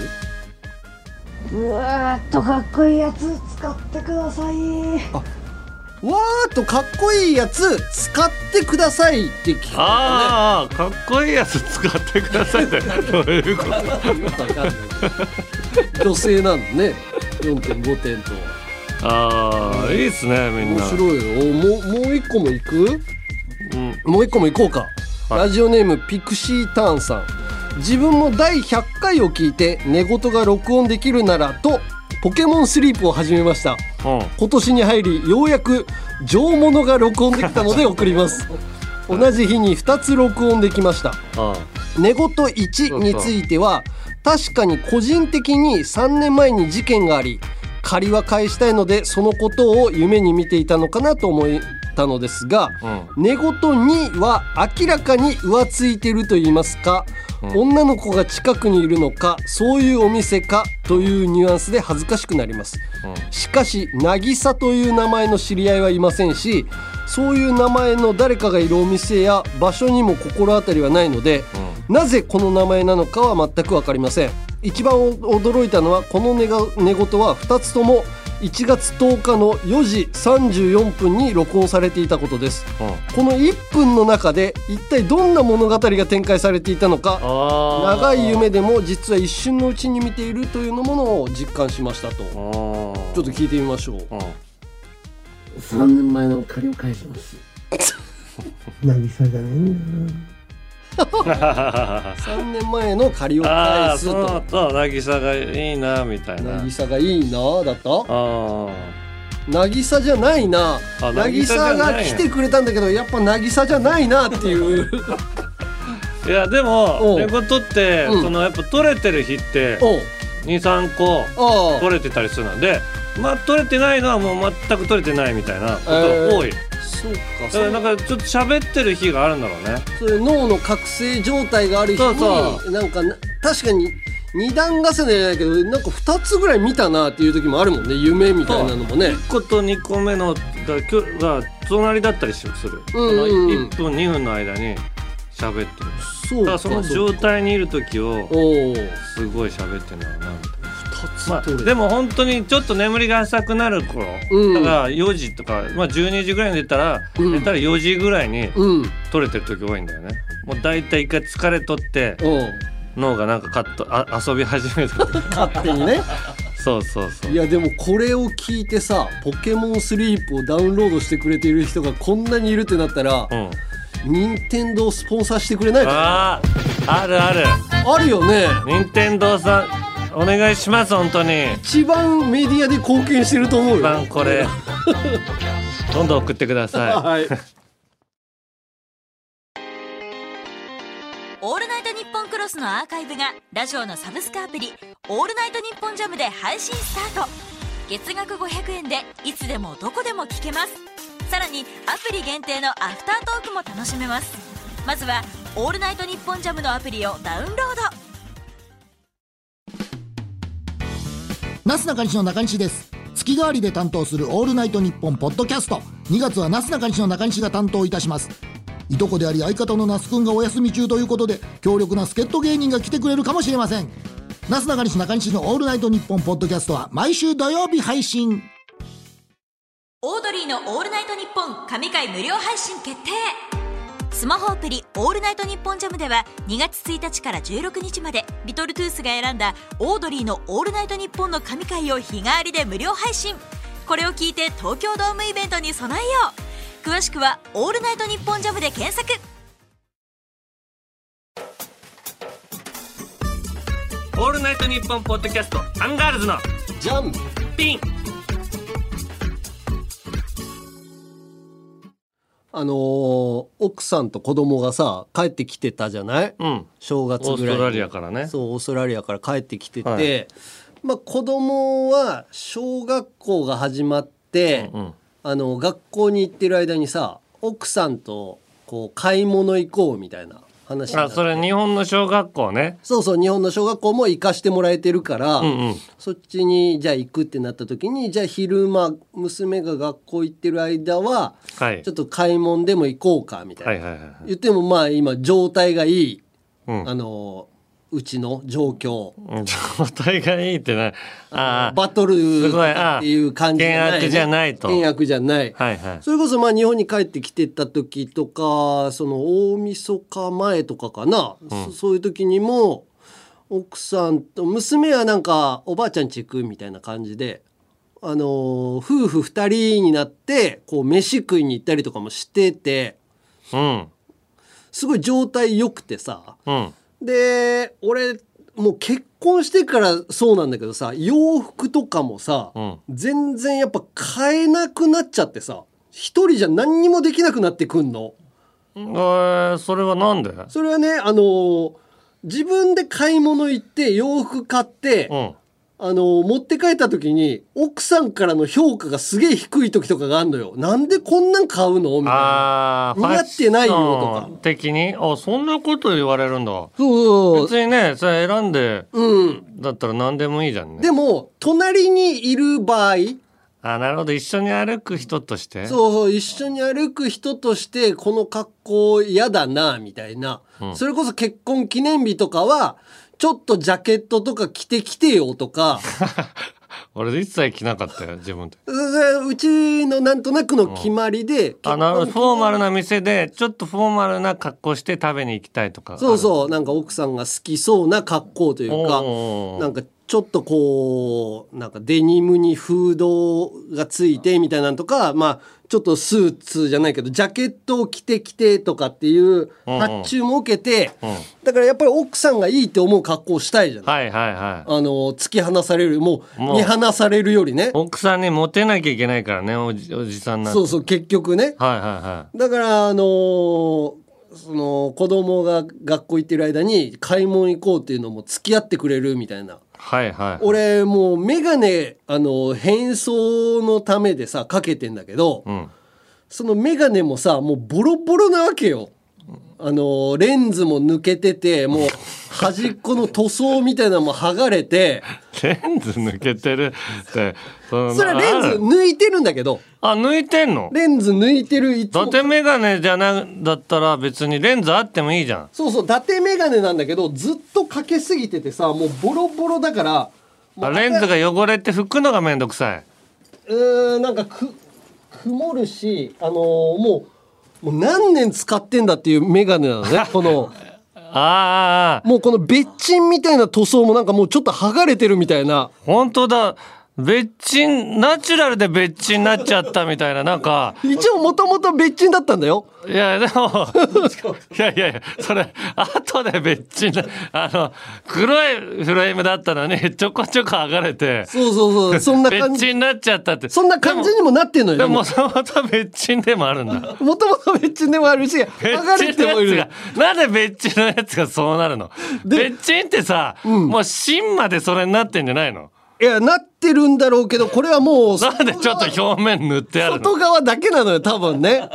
S4: うわーっとかっこいいやつ使ってください
S3: わーっとかっこいいやつ使ってくださいって聞くか
S2: ああかっこいいやつ使ってくださいってどういうこと
S3: ねよくわかんない女性なんだね4.5点と
S2: ああいいっすねみん
S3: 面
S2: な
S3: 白いよもうもう一個もいく
S2: うん
S3: もう一個もいこうか、
S2: はい
S3: ラジオネームピクシーターンさん自分も第100回を聞いて寝言が録音できるならとポケモンスリープを始めました
S2: うん
S3: 今年に入りようやく上物が録音できたので送ります 同じ日に2つ録音できました
S2: あ
S3: 寝言1については確かに個人的に3年前に事件があり借りは返したいのでそのことを夢に見ていたのかなと思ったのですが、
S2: あ
S3: 寝言2は明らかに浮ついてると言いますか、女の子が近くにいるのかそういうお店かというニュアンスで恥ずかしくなります、
S2: うん
S3: しかし渚という名前の知り合いはいませんしそういう名前の誰かがいるお店や場所にも心当たりはないので、なぜこの名前なのかは全く分かりません一番驚いたのはこの寝が寝言は2つとも1月10日の4時34分に録音されていたことです
S2: うんうん
S3: この1分の中で一体どんな物語が展開されていたのか
S2: あ
S3: 長い夢でも実は一瞬のうちに見ているというのものを実感しましたとち
S2: ち
S3: ょ
S2: ょっ
S3: っと聞いてみましょう
S2: うん
S5: 3年前の借りを返し ます。渚じゃねえんだな。
S3: 3年前の借りを
S2: あ
S3: 返
S2: あ
S3: す
S2: そ
S3: と
S2: うと渚がいいなみたいな
S3: 渚がいいなだった
S2: あ
S3: 渚じゃないな
S2: あ
S3: 渚が来てくれたんだけどやっぱ渚じゃないなって いう
S2: あいやで
S3: お
S2: も
S3: う
S2: 寝言って
S3: うん
S2: そのやっぱ取れてる日って
S3: おう
S2: 23個
S3: あ
S2: 取れてたりするのでまあ取れてないのはもう全く取れてないみたいなことが多い、
S3: あそうか
S2: だ
S3: そ
S2: から
S3: う
S2: なんかちょっと喋ってる日があるんだろうね
S3: そういう脳の覚醒状態がある日に
S2: そうそ
S3: なんかな確かに二段重ねじゃないけどなんか二つぐらい見たなっていう時もあるもんね夢みたいなのもね
S2: 1個と2個目のがきょが隣だったりしする、
S3: うんうんうん
S2: 1分2分の間に喋ってる
S3: そう
S2: だか
S3: から
S2: その
S3: そう
S2: 状
S3: か
S2: 態にいる時を
S3: おお二
S2: すごい喋ってんだろうなみたいなまあ、
S3: つ取れ
S2: でも本当にちょっと眠りが浅くなる頃、
S3: うん
S2: だから4時とか、まあ、12時ぐらいに出たら、
S3: うん
S2: 寝たら4時ぐらいに
S3: うん
S2: 取れてる時多いんだよねもう大体一回疲れとって
S3: おう
S2: 脳がなんかカットあ遊び始めた
S3: 勝手にね
S2: そうそうそう
S3: いやでもこれを聞いてさ「ポケモンスリープ」をダウンロードしてくれている人がこんなにいるってなったら
S2: うん
S3: 任天堂スポンサーしてくれないか
S2: あーあるある
S3: なあるよね
S2: 任天堂さんお願いします本当に
S3: 一番メディアで貢献してると思
S2: 一
S3: うよ
S2: 番これどんどん送ってくださ
S3: はい
S6: オールナイトニッポンクロスのアーカイブがラジオのサブスクアプリ「オールナイトニッポンジャムで配信スタート月額500円でいつでもどこでも聞けますさらにアプリ限定のアフタートークも楽しめますまずは「オールナイトニッポンジャムのアプリをダウンロード
S7: なすなかにしの中西です月替わりで担当する「オールナイトニッポン」ポッドキャスト2月はなすなかにしの中西が担当いたしますいとこであり相方の那須くんがお休み中ということで強力な助っ人芸人が来てくれるかもしれませんなすなかにし中西の「オールナイトニッポン」ポッドキャストは毎週土曜日配信
S6: オードリーの「オールナイトニッポン」神回無料配信決定スマホアプリ「オールナイトニッポンジャムでは2月1日から16日までリトルトゥースが選んだオードリーの「オールナイトニッポン」の神回を日替わりで無料配信これを聞いて東京ドームイベントに備えよう詳しくは「オールナイトニッポンジャムで検索
S2: オールナイトニッポンポッドキャストアンガールズの
S3: じゃん
S2: ピン
S3: あのー奥さんと子供がさ帰ってきてたじゃない、
S2: うん
S3: 正月
S2: オー
S3: ぐ
S2: ス
S3: らいに
S2: トラリアからね
S3: そうオーストラリアから帰ってきてて、
S2: はい
S3: まあ子供は小学校が始まって、
S2: うんうん
S3: あの学校に行ってる間にさ奥さんとこう買い物行こうみたいな話になっ
S2: あ
S3: て
S2: それ日本の小学校ね
S3: そうそう日本の小学校も行かしてもらえてるから、
S2: うんうん
S3: そっちにじゃあ行くってなった時にじゃあ昼間娘が学校行ってる間は
S2: はい
S3: ちょっと買い物でも行こうかみたいな、
S2: はいはいはいはい
S3: 言ってもまあ今状態がいい、
S2: うん
S3: あのうちの状況
S2: うん状態がいいってなああ
S3: バトル
S2: すごいああ
S3: っていう感じ
S2: 険悪じゃないと
S3: 険悪じゃない、
S2: はいはい
S3: それこそまあ日本に帰ってきてた時とかその大晦日前とかかな、そそういう時にも奥さんと娘はなんかおばあちゃん家行くみたいな感じで、あのー夫婦2人になってこう飯食いに行ったりとかもしてて
S2: うん
S3: すごい状態良くてさ
S2: うん
S3: で俺もう結婚してからそうなんだけどさ洋服とかもさ、
S2: うん
S3: 全然やっぱ買えなくなっちゃってさ一人じゃ何にもできなくなってくんの。
S2: えー、それはなんでう
S3: それはねあのー自分で買い物行って洋服買って、
S2: ん
S3: あのー持って帰った時に奥さんからの評価がすげえ低い時とかがあるのよ。なんでこんなん買うのみたいな。
S2: ああ
S3: 似合ってないよとか
S2: 的にあそんなこと言われるんだ
S3: そうそう
S2: 別にねそれ選んで
S3: うん。
S2: だったら何でもいいじゃんね
S3: でも隣にいる場合
S2: あなるほど一緒に歩く人としてう
S3: そうそう一緒に歩く人としてこの格好嫌だなみたいな、それこそ結婚記念日とかはちょっとジャケットとか着てきてよとか
S2: 俺一切着なかったよ自分で
S3: うううちのなんとなくの決まりで、
S2: あなるほど
S3: 結
S2: フ
S3: 婚
S2: ォーマルな店でちょっとフォーマルな格好して食べに行きたいとか
S3: そうそうなんか奥さんが好きそうな格好というか
S2: おー
S3: なんかちょっとこうなんかデニムにフードがついてみたいなのとかまあちょっとスーツじゃないけどジャケットを着てきてとかっていう
S2: うん
S3: 発注も受けて、
S2: ん
S3: だからやっぱり奥さんがいいって思う格好をしたいじゃない、
S2: はいはいはい
S3: あの突き放されるもう
S2: もう
S3: 見放されるよりね
S2: 奥さんにモテなきゃいけないからねおじおじさんになんて
S3: そうそう結局ね
S2: はいはいは
S3: だからあのーその子供が学校行ってる間に買い物行こうっていうのも付き合ってくれるみたいない
S2: はいはい
S3: 俺もうメガネあの変装のためでさかけてんだけど、
S2: ん
S3: そのメガネもさもうボロボロなわけよあのレンズも抜けててもう端っこの塗装みたいなのも剥がれて
S2: レンズ抜けてるって そ
S3: それはレンズ
S2: ズ
S3: 抜いてるんだけど
S2: あ抜いてんの
S3: レンズ抜いてるいつ
S2: 伊
S3: も
S2: 達メガネじゃなだったら別にレンズあってもいいじゃん
S3: そうそう伊達メガネなんだけどずっとかけすぎててさもうボロボロだからも
S2: あ
S3: う
S2: レンズが汚れて拭くのがめんどくさい。
S3: うーんなんかく曇るし、あのーもうもう何年使ってんだっていう眼鏡なの ねこの
S2: ああ、
S3: もうこの別鎮みたいな塗装もなんかもうちょっと剥がれてるみたいな
S2: 本当だ。別鎮、ナチュラルで別鎮になっちゃったみたいな、なんか、
S3: 一応もともと別鎮だったんだよ
S2: いや、でも、いやいやいや、それ、後で別鎮な、あの、黒いフレームだったのに、ちょこちょこ剥がれて、
S3: そうそう そうそんな感
S2: 別
S3: じ
S2: 鎮になっちゃったって。
S3: そんな感じにもなってんのよ
S2: でも、もともと別鎮でもあるんだ。
S3: もともと別鎮でもあるし剥がれ
S2: 別
S3: て
S2: 鎮
S3: も
S2: の
S3: い
S2: や
S3: る
S2: つが、なんで別鎮のやつがそうなるの別鎮ってさ、もう芯までそれになってんじゃないの
S3: いやなってるんだろうけどこれはもう
S2: なんでちょっと表面塗ってあるの
S3: 外側だけなのよ多分ね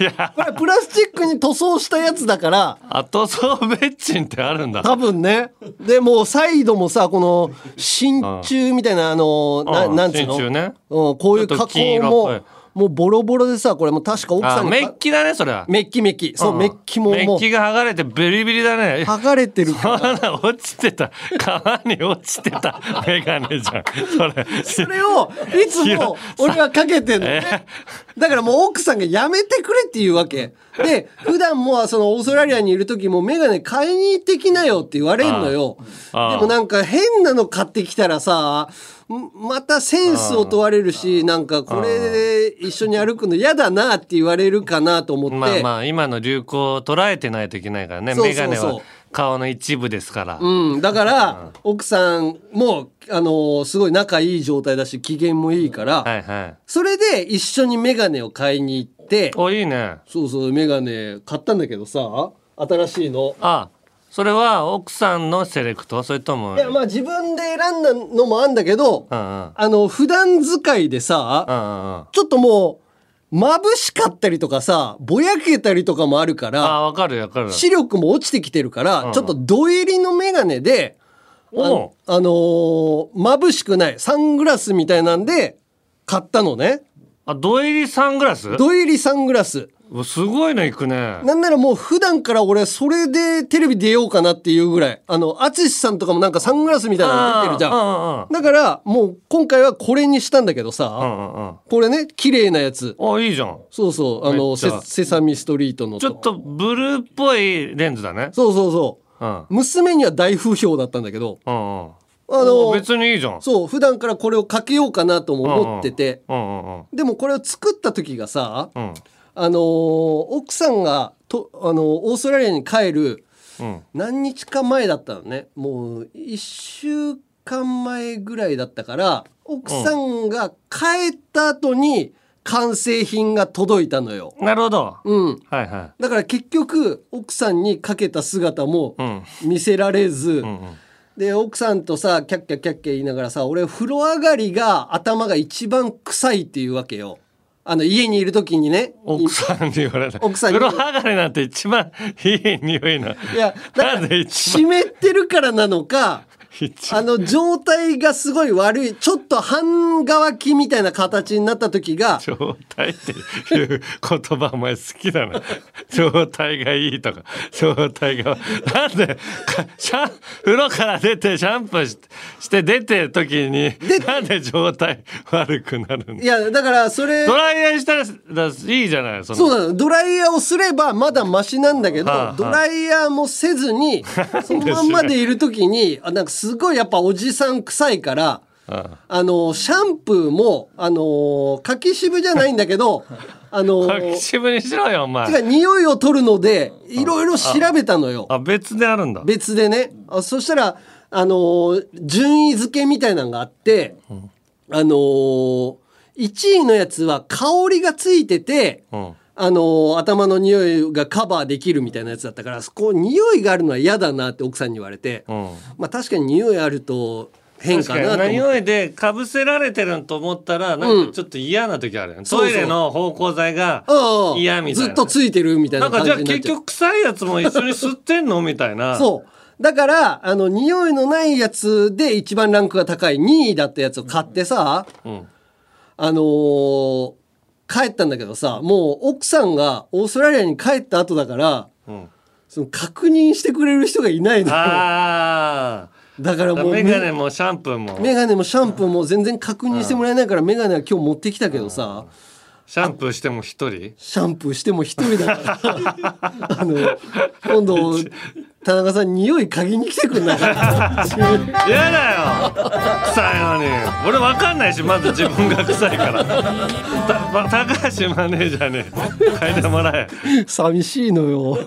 S2: いや
S3: これプラスチックに塗装したやつ だから
S2: 後装ベッチンってあるんだ
S3: 多分ねでもうサイドもさこの真鍮みたいなあのな
S2: うん
S3: なんつうの、
S2: 真鍮ね
S3: うん、こういう
S2: ちょ
S3: 加
S2: っと金色っ
S3: 工
S2: ぽい
S3: ももうボロボロでさこれもう確か奥さ
S2: あ
S3: んが
S2: メッキだねそれは
S3: メッキメッキそうメッキも
S2: メ
S3: も
S2: ッ
S3: う
S2: キが剥がれてビリビリだね
S3: 剥がれてるから
S2: あら落ちてた川に落ちてたメガネじゃんそれ
S3: それをいつも俺はかけてんのね。だからもう奥さんがやめてくれっていうわけ。で、普段もそのオーストラリアにいる時もメガネ買いに行ってきなよって言われんのよ。で
S2: ああ
S3: もなんか変なの買ってきたらさ、んまたセンスを問われるし、なんかこれで一緒に歩くの嫌だなって言われるかなと思って。
S2: まあまあ今の流行を捉えてないといけないからね
S3: そうそ
S2: メ
S3: う
S2: ガネ
S3: そう
S2: は顔の一部ですから、
S3: うん、だから奥さんも、あのすごい仲いい状態だし機嫌もいいから、
S2: はいはい
S3: それで一緒にメガネを買いに行って、
S2: おいいね
S3: そうそう、メガネ買ったんだけどさ、新しいの。
S2: あそれは奥さんのセレクトそれとも
S3: いや、まあ自分で選んだのもあんだけど、
S2: うんう
S3: あ
S2: ん
S3: の、普段使いでさ、
S2: うんうんうん
S3: ちょっともう、眩しかったりとかさ、ぼやけたりとかもあるから、
S2: あわかるわかる
S3: 視力も落ちてきてるから、ちょっと土入りのメガネで、あ
S2: おう
S3: あのー眩しくない、サングラスみたいなんで、買ったのね。
S2: あ土入りサングラス
S3: 土入りサングラス。
S2: うわすごいの行くね
S3: なんならもう普段から俺それでテレビ出ようかなっていうぐらい。あの、淳さんとかもなんかサングラスみたいなの出てるじゃん。
S2: あ
S3: だからもう今回はこれにしたんだけどさ、
S2: うんうんうんうん
S3: これね、綺麗なやつ。
S2: うんあいいじゃん
S3: そうそう、あ
S2: め
S3: の、
S2: っち
S3: セ
S2: ゃ
S3: セサミストリートの
S2: ちょっ。とブルーっぽいレンズだね
S3: そうそうそう。
S2: うん
S3: 娘には大不評だったんだけど、
S2: うんうん
S3: あの、
S2: 別にいいじゃん
S3: そう、普段からこれをかけようかなとも思ってて、
S2: うんうんうん
S3: でもこれを作った時がさ、
S2: うん
S3: あのー奥さんがと、あのーオーストラリアに帰る
S2: うん
S3: 何日か前だったのねもう1週間前ぐらいだったから奥さんが帰った後に完成品が届いたのよ。
S2: なるほど
S3: うん、
S2: はいはい
S3: だから結局奥さんにかけた姿も
S2: うん
S3: 見せられず、
S2: うんうん
S3: で奥さんとさキャッキャキャッキャ言いながらさ俺風呂上がりが頭が一番臭いっていうわけよ。あの家にいる時にね
S2: 奥さんに言われた
S3: 奥さんに
S2: 風呂上がりなんて一番いい匂いない
S3: やだから
S2: なんで一
S3: 湿
S2: 番
S3: ってるからなのか
S2: 一
S3: あ
S2: 番
S3: の状態がすごい悪いちょっと半乾きみたいな形になった時が
S2: 状態っていう言葉お前好きだな状態がいいとか状態がなんでかシャン風呂から出てシャンプーしして出てる時になんで状態悪くなるん
S3: いやだからそれ
S2: ドライヤーしたらだいいじゃないその
S3: そうなのドライヤーをすればまだマシなんだけど、
S2: はあはあ
S3: ドライヤーもせずにそのまんまでいる時にあなんかすごいやっぱおじさん臭いから。
S2: あ
S3: あのシャンプーもあの柿渋じゃないんだけどあの
S2: パクチブにしろよお
S3: 違う
S2: 前
S3: 匂いを取るのでいろいろ調べたのよ。
S2: あ別であるんだ
S3: 別でねあそしたら、あのー順位付けみたいなのがあって、あのー、1位のやつは香りがついてて、
S2: うん
S3: あのー頭の匂いがカバーできるみたいなやつだったからそこ匂いがあるのは嫌だなって奥さんに言われて、
S2: うん
S3: まあ確かに匂いあると変
S2: 確
S3: か
S2: かに
S3: なと思って
S2: 匂いでかぶせられてるんと思ったらなんかちょっと嫌な時あるよね、
S3: そうそう
S2: トイレの芳香剤が
S3: うんうん
S2: 嫌みたいな
S3: ずっとついてるみたい
S2: な
S3: なん
S2: か
S3: 感
S2: じ
S3: じ
S2: ゃあ
S3: になっちゃう
S2: 結局臭いやつも一緒に吸ってんのみたいな
S3: そう。だから、あの、匂いのないやつで一番ランクが高い2位だったやつを買ってさ、
S2: ん
S3: あのー帰ったんだけどさ、もう奥さんがオーストラリアに帰った後だから、
S2: ん
S3: その確認してくれる人がいないの。だ
S2: あ
S3: から
S2: あ
S3: もう
S2: メ
S3: メ
S2: ガネもシャンプーも
S3: メガネもシャンプーも全然確認してもらえないから、メガネは今日持ってきたけどさ、
S2: シャンプーしても一人
S3: シャンプーしても一人 だから、あの、今度、田中さん匂い嗅ぎに来てくんない
S2: 嫌だよ臭いのに俺わかんないしまず自分が臭いからた、ま、高橋マネージャーに嗅いでもらえ
S3: 寂しいのよ。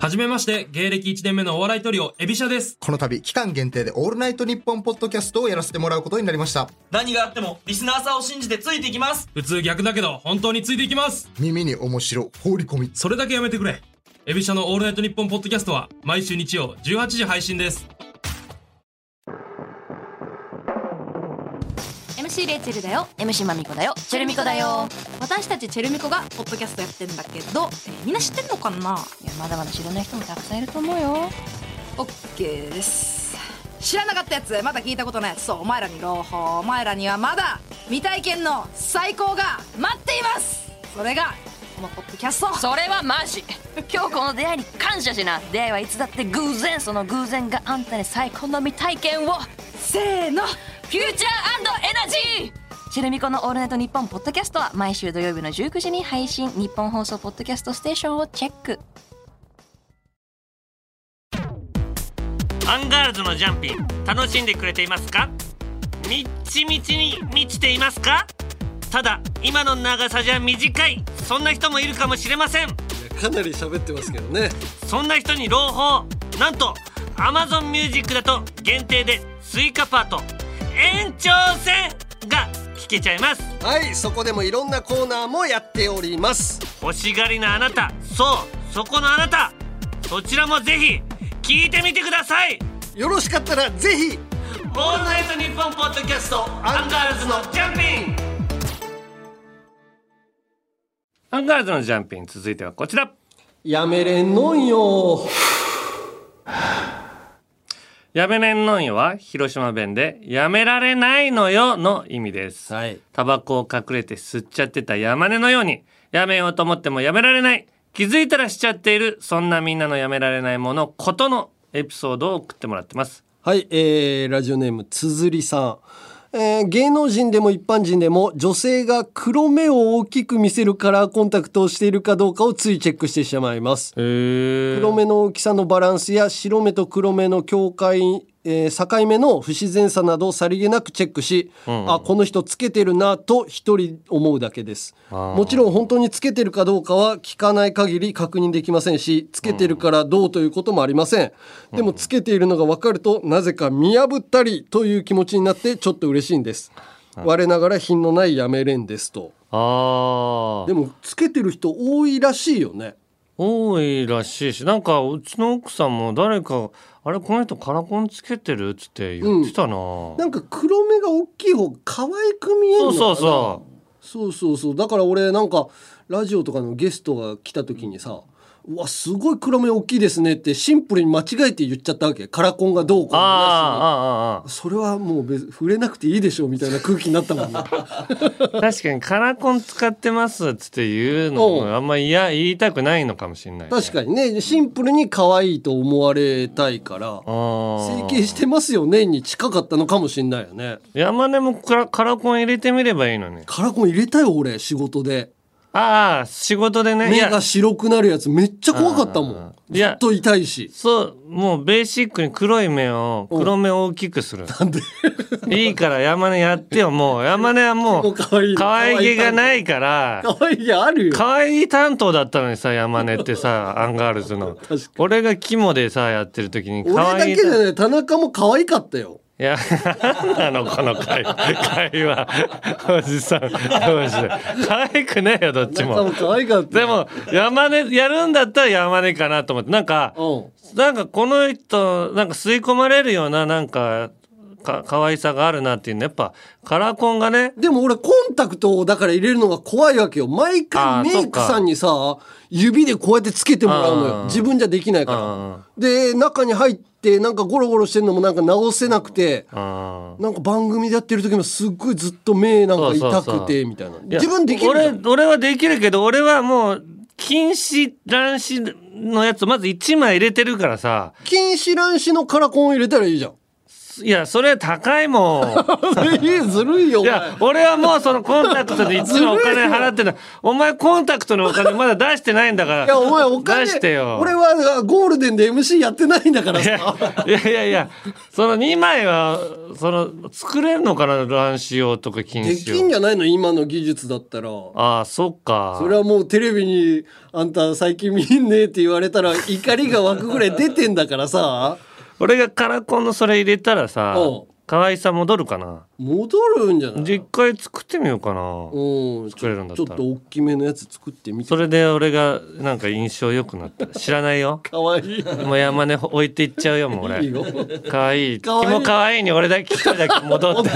S8: はじめまして、芸歴1年目のお笑いトリオ、エビシャです。
S9: この度、期間限定でオールナイトニッポンポッドキャストをやらせてもらうことになりました。
S10: 何があってもリスナーさんを信じてついていきます
S8: 普通逆だけど、本当についていきます。
S9: 耳に面白、放り込み、
S8: それだけやめてくれ。エビシャのオールナイトニッポンポッドキャストは毎週日曜18時配信です。
S11: MC レイチェルだよ
S6: MC まみこだよ
S11: チェルミコだよ私たちチェルミコがポッドキャストやってんだけど、えーみんな知ってんのかないやまだまだ知らない人もたくさんいると思うよ OK です知らなかったやつまだ聞いたことないやつそうお前らに朗報お前らにはまだ未体験の最高が待っていますそれがこのポッドキャスト
S6: それはマジ今日この出会いに感謝しな出会いはいつだって偶然その偶然があんたに最高の未体験をせーのフューチャーエナジーチェルミコのオールナイトニッポンポッドキャストは毎週土曜日の19時に配信日本放送ポッドキャストステーションをチェック
S12: アンガールズのジャンピン楽しんでくれていますかみっちみちに満ちていますかただ今の長さじゃ短いそんな人もいるかもしれません
S3: かなり喋ってますけどね
S12: そんな人に朗報なんと Amazon ミュージックだと限定でスイカパート延長戦が聞けちゃいます
S3: はいそこでもいろんなコーナーもやっております
S12: 欲しがりなあなたそうそこのあなたそちらもぜひ聞いてみてください
S3: よろしかったらぜひ
S12: オールナイトニッポンポッドキャストアンガールズのジャンピン
S2: アンガールズのジャンピン続いてはこちら
S3: やめれんのんよ
S2: やめれんのんよは広島弁でやめられないのよの意味です、タバコを隠れて吸っちゃってた山根のようにやめようと思ってもやめられない気づいたらしちゃっているそんなみんなのやめられないものことのエピソードを送ってもらってます
S3: はい、えー、ラジオネームつづりさん、えー芸能人でも一般人でも女性が黒目を大きく見せるカラーコンタクトをしているかどうかをついチェックしてしまいます黒目の大きさのバランスや白目と黒目の境界、えー境目の不自然さなどをさりげなくチェックし、
S13: うん
S3: あこの人つけてるなと一人思うだけですもちろん本当につけてるかどうかは聞かない限り確認できませんしつけてるからどうということもありません、でもつけているのが分かるとなぜか見破ったりという気持ちになってちょっと嬉しいんです我ながら品のないやめれんですと
S2: あー
S3: でもつけてる人多いらしいよね
S2: 多いらしいしなんかうちの奥さんも誰かあれこの人カラコンつけてるっつって言ってたな、
S3: なんか黒目が大きい方が可愛く見えるのかな
S2: そうそうそう
S3: そうそうそうだから俺なんかラジオとかのゲストが来た時にさ「うわすごい黒目大きいですね」ってシンプルに間違えて言っちゃったわけカラコンがどうこうの
S2: あ
S3: 話にそれはもう別に触れなくていいでしょうみたいな空気になったも んね
S2: 確かにカラコン使ってますっつって言うのもあんまいや言いたくないのかもしれない
S3: 確かにねシンプルに可愛いと思われたいから整形してますよねに近かったのかもしれないよね
S2: 山根もカラカラコン入れてみればいいのに
S3: カラコン入れたよ俺仕事で
S2: ああ仕事でねい
S3: 目
S2: や
S3: が白くなるやつめっちゃ怖かったもん
S2: いや
S3: と痛いし
S2: そうもうベーシックに黒い目を黒目を大きくするなん
S3: で
S2: いいから山根やってよもう山根は もう可愛げがないから
S3: 可愛げあるよ
S2: 可愛い担当だったのにさ山根って さアンガールズの俺が肝でさやってる時に
S3: 俺
S2: 可
S3: だ
S2: 愛
S3: け
S2: い
S3: じゃない田中も可愛かったよ
S2: いや、 なんなのこの会会話。おじさん、どうして。可愛くねえよ、どっちも。
S3: 可愛かった。
S2: でも、山根、やるんだったら山根かなと思って。なんか、なんかこの人、なんか吸い込まれるような、なんか、か可愛さがあるなっていうのやっぱカラコンがね
S3: でも俺コンタクトをだから入れるのが怖いわけよ毎
S2: あー
S3: 回メイクさんにさ指でこうやってつけてもらうのよ自分じゃできないからで中に入ってなんかゴロゴロしてんのもなんか直せなくて
S2: な
S3: なんか番組でやってる時もすっごいずっと目なんか痛くてみたいな自分できるじゃ
S2: 俺
S3: ん
S2: 俺はできるけど俺はもう禁止乱視のやつをまず1枚入れてるからさ
S3: 禁止乱視のカラコンを入れたらいいじゃん
S2: いやそれ高い もん
S3: ずるいよ
S2: いや俺はもうそのコンタクトでいつもお金払ってないお前コンタクトのお金まだ出してないんだから
S3: いやお前お
S2: 出
S3: 金
S2: してよ
S3: 俺はゴールデンで MC やってないんだからさ
S2: いやいやいやその2枚はその作れるのかな乱視用とか禁
S3: で
S2: 止
S3: き
S2: 用
S3: んじゃないの今の技術だったら
S2: ああそっか
S3: それはもうテレビに「あんた最近見んねえ」って言われたら怒りが湧くぐらい出てんだからさ
S2: 俺がカラコンのそれ入れたらさ可愛さ戻るかな
S3: 戻るんじゃない
S2: 一回作ってみようかな
S3: うん
S2: 作れるんだっ
S3: ちょ
S2: た
S3: っ
S2: ら
S3: と大きめのやつ作ってみて
S2: それで俺がなんか印象良くなったら知らないよ
S3: かわいい
S2: もう山根置いていっちゃうよもう俺
S3: いいよ
S2: かわいい
S3: かわいい
S2: 肝かわいいに俺だけ一人だけ戻って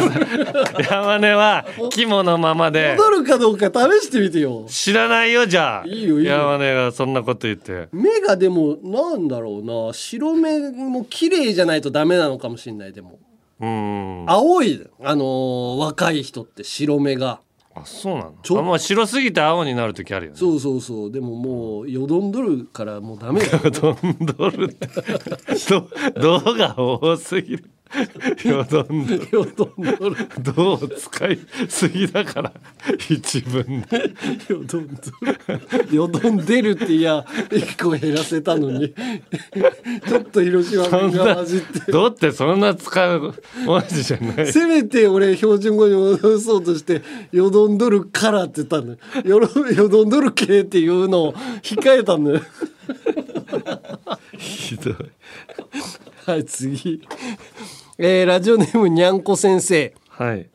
S2: 山根は肝のままで
S3: 戻るかどうか試してみてよ
S2: 知らないよじゃあ
S3: いいよいいよ
S2: 山根がそんなこと言って
S3: 目がでもなんだろうな白目も綺麗じゃないとダメなのかもしれないでも
S2: うん
S3: 青いあのー若い人って白目が
S2: あそうなの
S3: ちょ
S2: あもう白すぎて青になる時あるよね
S3: そうそうそうでももうよどんどるからもうダメ だよ
S2: どんどるってど動が多すぎるよどんどる
S3: よどんどる
S2: どう使いすぎだから一文で
S3: よどんどるよどんでるっていや一個減らせたのに ちょっと広島
S2: そ
S3: 弁
S2: ん
S3: が
S2: な
S3: 混じって
S2: どうってそんな使う文字じゃない
S3: せめて俺標準語に戻そうとして「よどんどるから」って言ったのよろ よどんどる系っていうのを控えたのよ
S2: ひどい
S3: はい次、えーラジオネームにゃんこ先生
S2: はい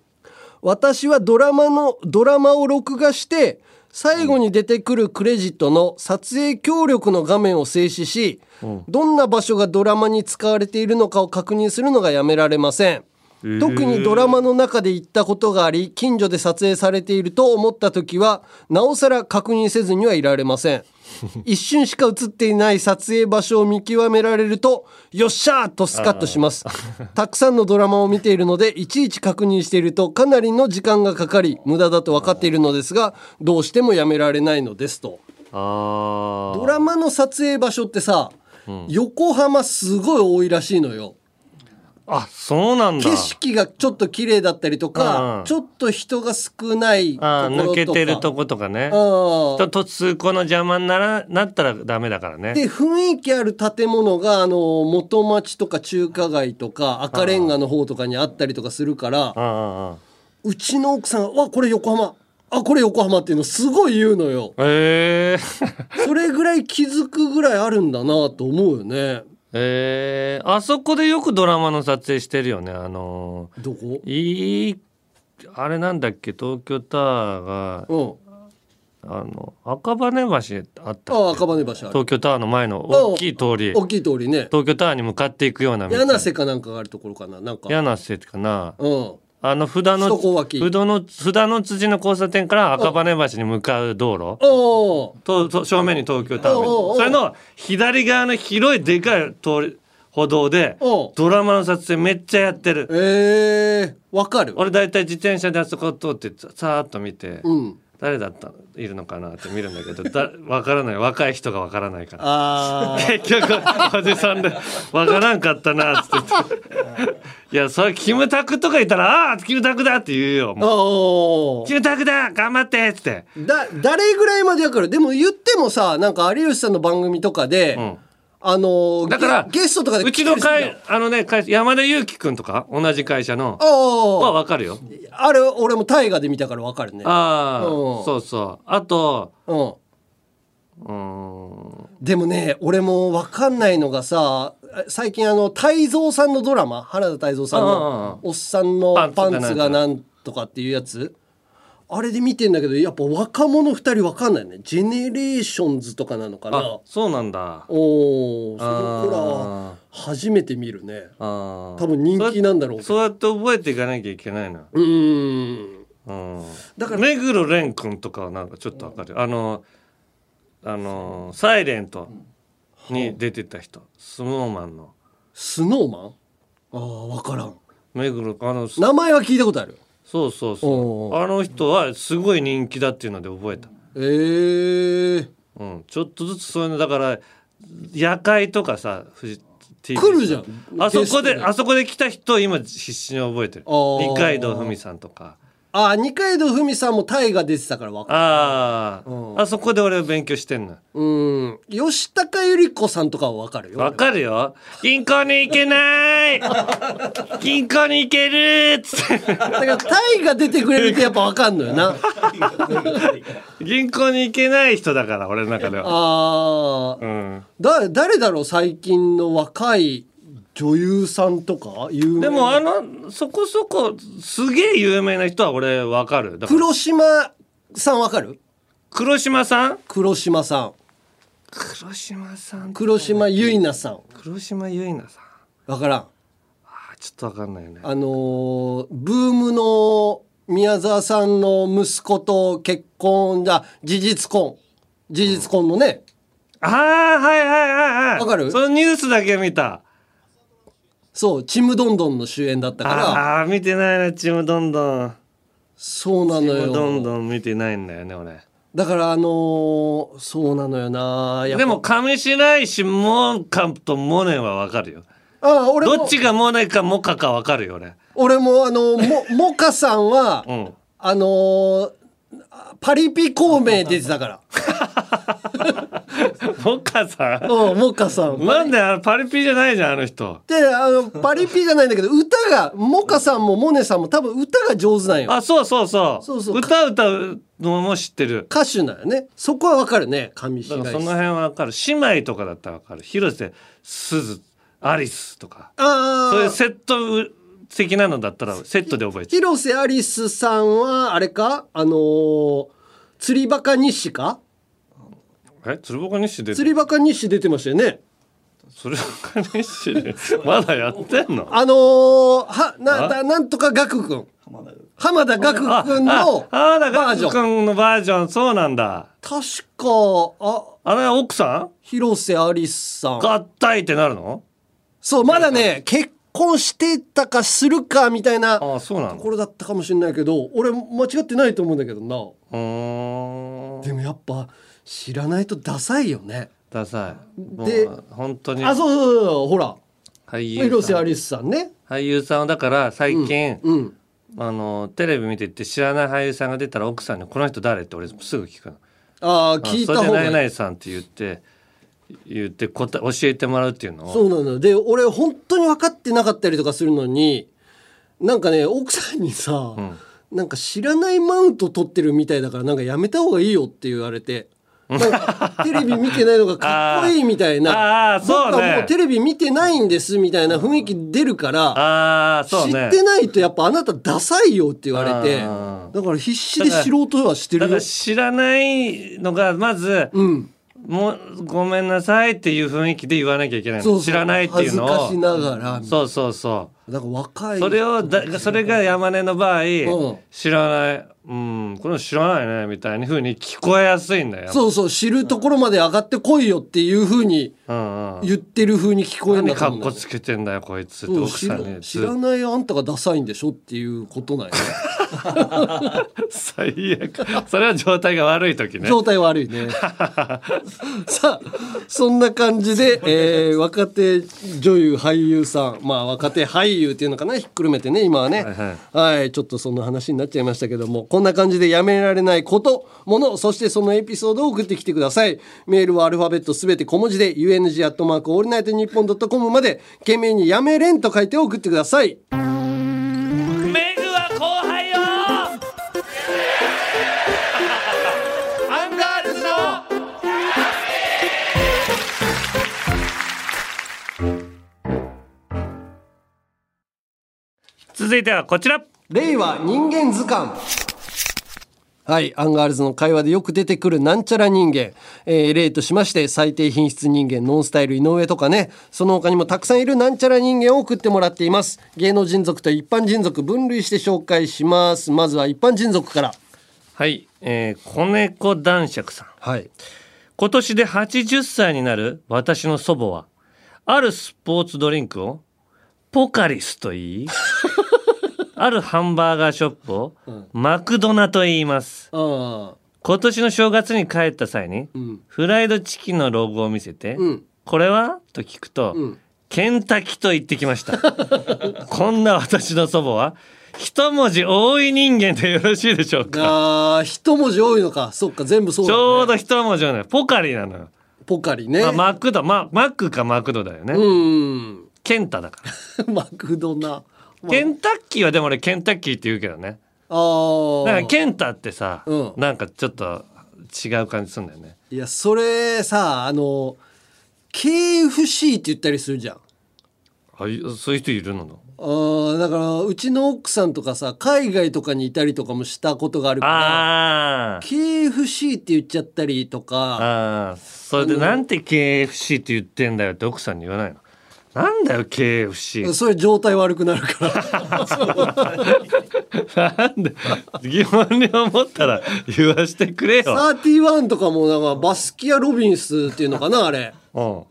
S3: 私はドラマのドラマを録画して最後に出てくるクレジットの撮影協力の画面を静止し、
S2: うん
S3: どんな場所がドラマに使われているのかを確認するのがやめられません、
S2: えー
S3: 特にドラマの中で行ったことがあり近所で撮影されていると思った時はなおさら確認せずにはいられません 一瞬しか映っていない撮影場所を見極められるとよっしゃーとスカッとしますたくさんのドラマを見ているのでいちいち確認しているとかなりの時間がかかり無駄だと分かっているのですがどうしてもやめられないのですと
S2: あ
S3: ドラマの撮影場所ってさ、
S2: うん
S3: 横浜すごい多いらしいのよ
S2: あそうなんだ
S3: 景色がちょっと綺麗だったりとか、
S2: うん
S3: ちょっと人が少ないとこ
S2: あー
S3: ろと
S2: 抜
S3: か
S2: けてるとことかね
S3: うん
S2: 人と通行の邪魔にならなったらダメだからね
S3: で雰囲気ある建物があの元町とか中華街とか赤レンガの方とかにあったりとかするから
S2: あ。
S3: うちの奥さんが「わこれ横浜あこれ横浜」っていうのすごい言うのよ
S2: えー、
S3: それぐらい気づくぐらいあるんだなと思うよね。
S2: えー、あそこでよくドラマの撮影してるよねあのー
S3: どこ
S2: いいあれなんだっけ東京タワ
S3: う
S2: ーが
S3: ん、
S2: あの赤羽橋あった
S3: あ赤羽橋ある
S2: 東京タワーの前の大きい通り
S3: 大きい通りね
S2: 東京タワーに向かっていくような道
S3: 柳瀬かなんかがあるところかななんか、
S2: 柳瀬かな
S3: うん、
S2: あの札
S3: 首
S2: の
S3: 都高脇
S2: 札の札の辻の交差点から赤羽橋に向かう道路
S3: おー
S2: とと正面に東京タワー
S3: おうおうお
S2: が
S3: う
S2: それの左側の広いでかい通り歩道で
S3: おう
S2: ドラマの撮影めっちゃやってる
S3: えー、わかる
S2: 俺大体自転車であそこ通ってささーっと見て、
S3: うん
S2: 誰だったのいるのかなって見るんだけどだ 分からない若い人が分からないから
S3: あ ー
S2: 結局おじさん で分からんかったなっつって言っていやそれキムタクとかいたら「ああーキムタクだ!」って言うよもう
S3: おー
S2: キムタクだ頑張って!」っつって
S3: だ誰ぐらいまでわかるでも言ってもさなんか有吉さんの番組とかで、あのー
S2: だから
S3: ゲゲストとかで
S2: うちの
S3: 来たりする
S2: 会あのね会社山田裕貴君とか同じ会社の
S3: じゃんお
S2: は
S3: ー
S2: 分かるよ
S3: あれ俺も大河で見たからわかるね
S2: ああ
S3: うん
S2: そうそうあと
S3: うん
S2: うーん
S3: でもね俺もわかんないのがさ最近あの泰造さんのドラマ原田泰造さんのおっさんの
S2: パンツ
S3: パ
S2: がなん
S3: ンツがなんとかっていうやつあれで見てんだけどやっぱ若者2人わかんないねジェネレーションズとかなのか
S2: あ
S3: な
S2: そうなんだ
S3: おおその子ら
S2: あー
S3: は初めて見るね
S2: あー
S3: 多分人気なんだろうけど
S2: そうやって覚えていかなきゃいけないな
S3: うーん
S2: うん
S3: だから
S2: 目黒蓮君とかはなんかちょっとわかるあのあの「サイレントに出てた人スノーマンの
S3: スノーマンああわからん
S2: 目黒あの
S3: 名前は聞いたことある
S2: そうそうそうあの人はすごい人気だっていうので覚えた、
S3: ええー、
S2: うん、ちょっとずつそういうのだから夜会とかさフジ TBS
S3: 来るじゃん
S2: あそこ
S3: ゲスト
S2: で
S3: で
S2: あそこで来た人を今必死に覚えてる
S3: あー
S2: 二階堂ふみさんとか
S3: ああ二階堂ふみさんも大河出てたからわかる
S2: ああ、
S3: うん
S2: あそこで俺は勉強してんの
S3: うん吉高由里子さんとかはわかるよ。
S2: わかるよ銀行に行け ない銀行に行けるっつって
S3: だからタイが出てくれるってやっぱわかんの よな。
S2: 銀行に行けない人だから俺の中では
S3: あー
S2: うん
S3: だ誰だろう最近の若い女優さんとか有名な
S2: でもあのそこそこすげえ有名な人は俺わかるだから
S3: 黒島さんわかる
S2: 黒島さん
S3: 黒島さん
S2: 黒島さん
S3: 黒島結菜さん
S2: 黒島結菜さん
S3: わからん
S2: ちょっとわかんないね
S3: あのーブームの宮沢さんの息子と結婚だ事実婚事実婚のね、
S2: ああはいはいはいはい
S3: わかる
S2: そのニュースだけ見た
S3: そうちむどんどんの主演だったから
S2: ああー見てないなちむどんどん
S3: そうな
S2: ち
S3: の
S2: むどん
S3: よ
S2: どん見てないんだよね俺
S3: だからあのーそうなのよなやっぱ
S2: でも上白石萌歌とモネはわかるよ
S3: ああ俺も
S2: どっちがモネかモカかわかるよ俺
S3: 俺もあ のもモカさんは、
S2: ん
S3: あのーパリピ孔明出て たから
S2: モカさ ん
S3: うんモカさん
S2: なんであのパリピじゃないじゃんあの人
S3: であのパリピじゃないんだけど歌がモカさんもモネさんも多分歌が上手なんよ
S2: あそうそうそう
S3: そうそう
S2: 歌歌うのも知ってる
S3: 歌手なんよねそこはわかるね上
S2: だか
S3: 白
S2: ら
S3: 石
S2: その辺はわかる姉妹とかだったらわかる広瀬すずアリスとか
S3: あ
S2: そういう
S3: あ
S2: セット的なのだったらセットで覚えてる
S3: 広瀬アリスさんはあれかあのー釣りバカ日誌か
S2: え鶴岡西で
S3: 釣りバカ日誌出てましたよね
S2: 鶴岡西で まだやってんの
S3: あのーはな
S2: あ
S3: ななんとか岳くん浜田岳くんの
S2: ああだ
S3: バ
S2: ガ
S3: ージョ
S2: ー
S3: ン
S2: くんのバージョンそうなんだ
S3: 確かあ
S2: あれ奥さ
S3: 広瀬アリスさん
S2: ん合体ってなるの
S3: そうまだね結婚してたかするかみたいな
S2: ああそうな
S3: と
S2: の
S3: ころだったかもしれないけど俺間違ってないと思うんだけどな
S2: うーん
S3: でもやっぱ知らないとダサいよね
S2: ダサいも
S3: で
S2: う本当に
S3: あそうそうそうそうほら
S2: 俳優
S3: 広
S2: さ
S3: 瀬
S2: ん
S3: アリスさんね
S2: 俳優さんはだから最近、
S3: うん
S2: あのテレビ見てて知らない俳優さんが出たら奥さんに「この人誰?」って俺すぐ聞くの。
S3: ああ聞いた
S2: あそ
S3: 方
S2: れで「ない
S3: が
S2: い
S3: い
S2: ないさん」って言って言って答え教えてもらうっていうのを
S3: そうなのよで俺本当に分かってなかったりとかするのになんかね奥さんにさ、なんか知らないマウント取ってるみたいだからなんかやめた方がいいよって言われてなんかテレビ見てないのがかっこいいみたいな
S2: あーあーそうね
S3: 僕はもうテレビ見てないんですみたいな雰囲気出るから、
S2: ああそう
S3: 知
S2: ね
S3: ってないとやっぱあなたダサいよって言われて
S2: あ
S3: だから必死で知ろうとはしてる
S2: だか
S3: よ
S2: ら。知らないのがまず「
S3: うん、
S2: もうごめんなさい」っていう雰囲気で言わなきゃいけないの
S3: そうそう
S2: 知らないっていうのを
S3: 恥ずかしながら
S2: そうそうそ
S3: だから若
S2: う
S3: い
S2: それをだそれが山根の場合、
S3: うん
S2: 知らないうんこれ知らないねみたいな風に聞こえやすいんだよ
S3: そうそう知るところまで上がってこいよっていうふうに
S2: うんうん
S3: 言ってる風に聞こえるん
S2: 何
S3: だと
S2: か
S3: 思
S2: っ
S3: う
S2: こ
S3: んだよね
S2: つけてんだよこいつって
S3: うん
S2: 奥
S3: 知
S2: さ
S3: ら
S2: んに
S3: 知らないあんたがダサいんでしょっていうことなんや、
S2: 最悪それは状態が悪い時ね
S3: 状態悪い ねさあそんな感じで、えー若手女優俳優さんまあ若手俳優っていうのかなひっくるめてね今はね
S2: はいは
S3: はい、ちょっとその話になっちゃいましたけどもこんな感じでやめられないことものそしてそのエピソードを送ってきてくださいメールはアルファベットすべて小文字で UNG アットマークオールナイトニッポンドットコムまで懸命にやめれんと書いて送ってください
S12: メグは後輩よアンガールズの
S2: 続いてはこちら
S3: 令和人間図鑑はい。アンガールズの会話でよく出てくるなんちゃら人間。えー例としまして、最低品質人間、ノンスタイル井上とかね、その他にもたくさんいるなんちゃら人間を送ってもらっています。芸能人族と一般人族、分類して紹介します。まずは一般人族から。
S2: はい、えー、子猫男爵さん
S3: はい。
S2: 今年で80歳になる私の祖母はあるスポーツドリンクをポカリスと 言いあるハンバーガーショップをマクドナと言います
S3: ああ。
S2: 今年の正月に帰った際に、
S3: ん
S2: フライドチキンのロゴを見せて、
S3: うん。
S2: これはと聞くと、
S3: うん。
S2: ケンタッキーと言ってきました こんな私の祖母は一文字多い人間でよろしいでしょうか
S3: ああ、一文字多いのか。そっか、全部そう
S2: ち
S3: だ、ね。
S2: ょうど一文字なのよポカリなのよ、
S3: ポカリね。
S2: まあ、マクド、まあ、マックかマクドだよね、
S3: うん。
S2: ケンタだから
S3: マクドナ。
S2: ケンタッキーはでも俺ケンタッキーって言うけどね
S3: あ
S2: だ
S3: あ。
S2: からケンタってさ、
S3: うん
S2: なんかちょっと違う感じするんだよね
S3: いやそれさあの KFC って言ったりするじゃん
S2: あいそういう人いるの
S3: あーだからうちの奥さんとかさ海外とかにいたりとかもしたことがあるから
S2: あ
S3: KFC って言っちゃったりとか
S2: ああそれでなんて KFC って言ってんだよって奥さんに言わないのなんだよ KFC
S3: それ状態悪くなるから
S2: 疑問に思ったら言わしてくれよ、
S3: 31とかもなんかバスキア・ロビンスっていうのかなあれ
S2: うん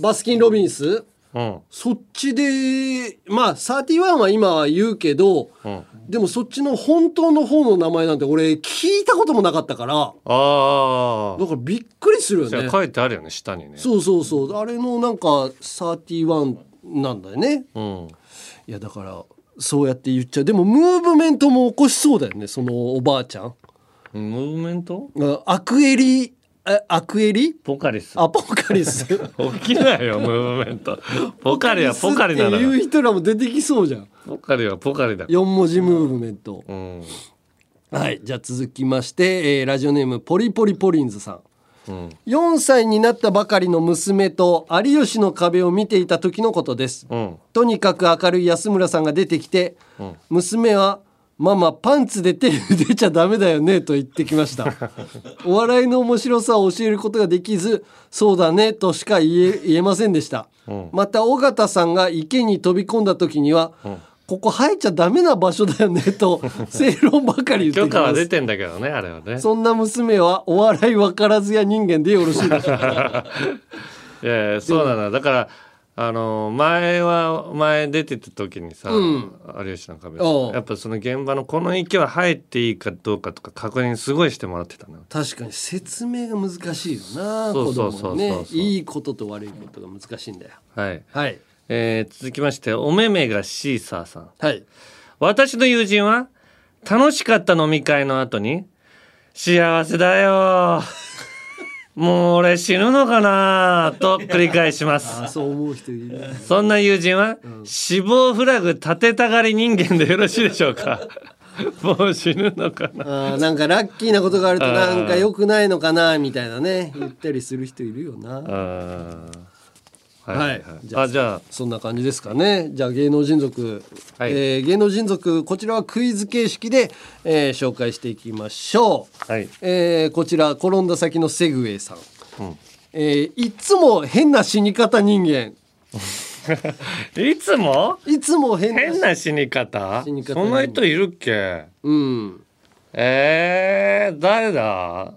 S3: バスキン・ロビンス
S2: うん
S3: そっちでまあ31は今は言うけど
S2: うん、
S3: でもそっちの本当の方の名前なんて俺聞いたこともなかったから
S2: ああ
S3: だからびっくりするよね
S2: 書いてあるよね下にね
S3: そうそうそうあれのなんか31なんだよね
S2: うん
S3: いやだからそうやって言っちゃうでもムーブメントも起こしそうだよねそのおばあちゃん
S2: ムーブメント
S3: あアクエリあアクエリ
S2: ポカリス
S3: あポカリス
S2: 起きないよムーブメント ポカリはポカリな
S3: っ
S2: の
S3: ていう
S2: よ
S3: 人らも出てきそうじゃん
S2: ポカリはポカリだ
S3: 4文字ムーブメント、
S2: うん
S3: はいじゃあ続きまして、えーラジオネームポリポリポリンズさん
S2: うん
S3: 4歳になったばかりの娘と「有吉の壁」を見ていた時のことです、
S2: うん
S3: とにかく明るい安村さんが出てきて
S2: うん
S3: 娘は「ママパンツで手出ちゃダメだよね」と言ってきま したお笑いの面白さを教えることができず「そうだね」としか言え言えませんでした、
S2: うん
S3: また尾形さんが池に飛び込んだ時には「
S2: うん
S3: ここ入っちゃダメな場所だよね」 と正論ばかり言っ
S2: 許
S3: てき
S2: 可は
S3: ま
S2: 出
S3: す
S2: てんだけどねあれはね
S3: そんな娘はお笑い分からずや人間でよろしいでしょうか
S2: いやいやそうなのよだからあの前は前出てた時にさ、
S3: うん
S2: 有吉の壁
S3: おう
S2: やっぱその現場のこの池は入っていいかどうかとか確認すごいしてもらってたのよ
S3: 確かに説明が難しいよな
S2: そ
S3: 子
S2: うそうそうそ
S3: 供
S2: う
S3: にねいいことと悪いことが難しいんだよ
S2: はい、
S3: はい
S2: えー続きましておめめがシーサーさん
S3: はい
S2: 私の友人は楽しかった飲み会の後に幸せだよもう俺死ぬのかなと繰り返します
S3: あそう思う人いる
S2: そんな友人は、死亡フラグ立てたがり人間でよろしいでしょうかもう死ぬのかな
S3: あーなんかラッキーなことがあると
S2: あー
S3: なんか良くないのかなみたいなね言ったりする人いるよな
S2: あーはい、
S3: は
S2: はいい、
S3: じゃあ
S2: あじゃあ
S3: そんな感じですかねじゃあ芸能人族、
S2: はい
S3: えー芸能人族こちらはクイズ形式で、えー紹介していきましょう、
S2: はい
S3: えーこちら転んだ先のセグウェイさん、
S2: うん
S3: えーいつも変な死に方人間
S2: いつも
S3: いつも変な
S2: 変な死に方
S3: 死に方
S2: そんな人いるっけ
S3: うん
S2: えー、誰だ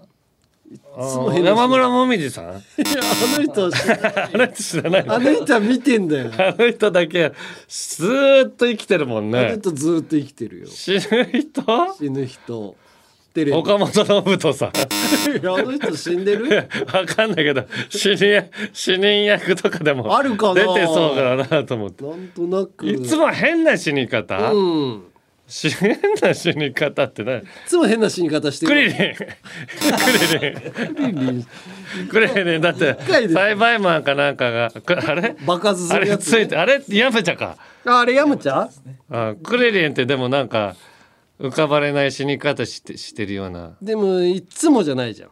S3: も
S2: あ
S3: 変な人
S2: 山村もみじさん
S3: いやあの人
S2: あの人知らないの
S3: あの人は見てんだよ
S2: あの人だけずーっと生きてるもん
S3: あの
S2: ね
S3: 人ずーっと生きてるよ
S2: 死ぬ人
S3: 死ぬ人テレビ
S2: 岡本信人さん
S3: いやあの人死んで る
S2: わかんないけど死人死人役とかでも
S3: あるかな
S2: 出てそうかなと思って
S3: なんとなく
S2: いつも変な死に方、
S3: うんい
S2: し変な死に方って何
S3: つも変な死に方して
S2: ク
S3: る
S2: リリンクリリンクリリンだって
S3: 回で
S2: 栽培マンかなんかがくあれ
S3: 爆発す
S2: あ
S3: るや
S2: れ
S3: つ
S2: ついてあれやめちゃか
S3: ああれヤムチャ
S2: あクリリンってでもなんか浮かばれない死に方してしてるような
S3: でもいつもじゃないじゃ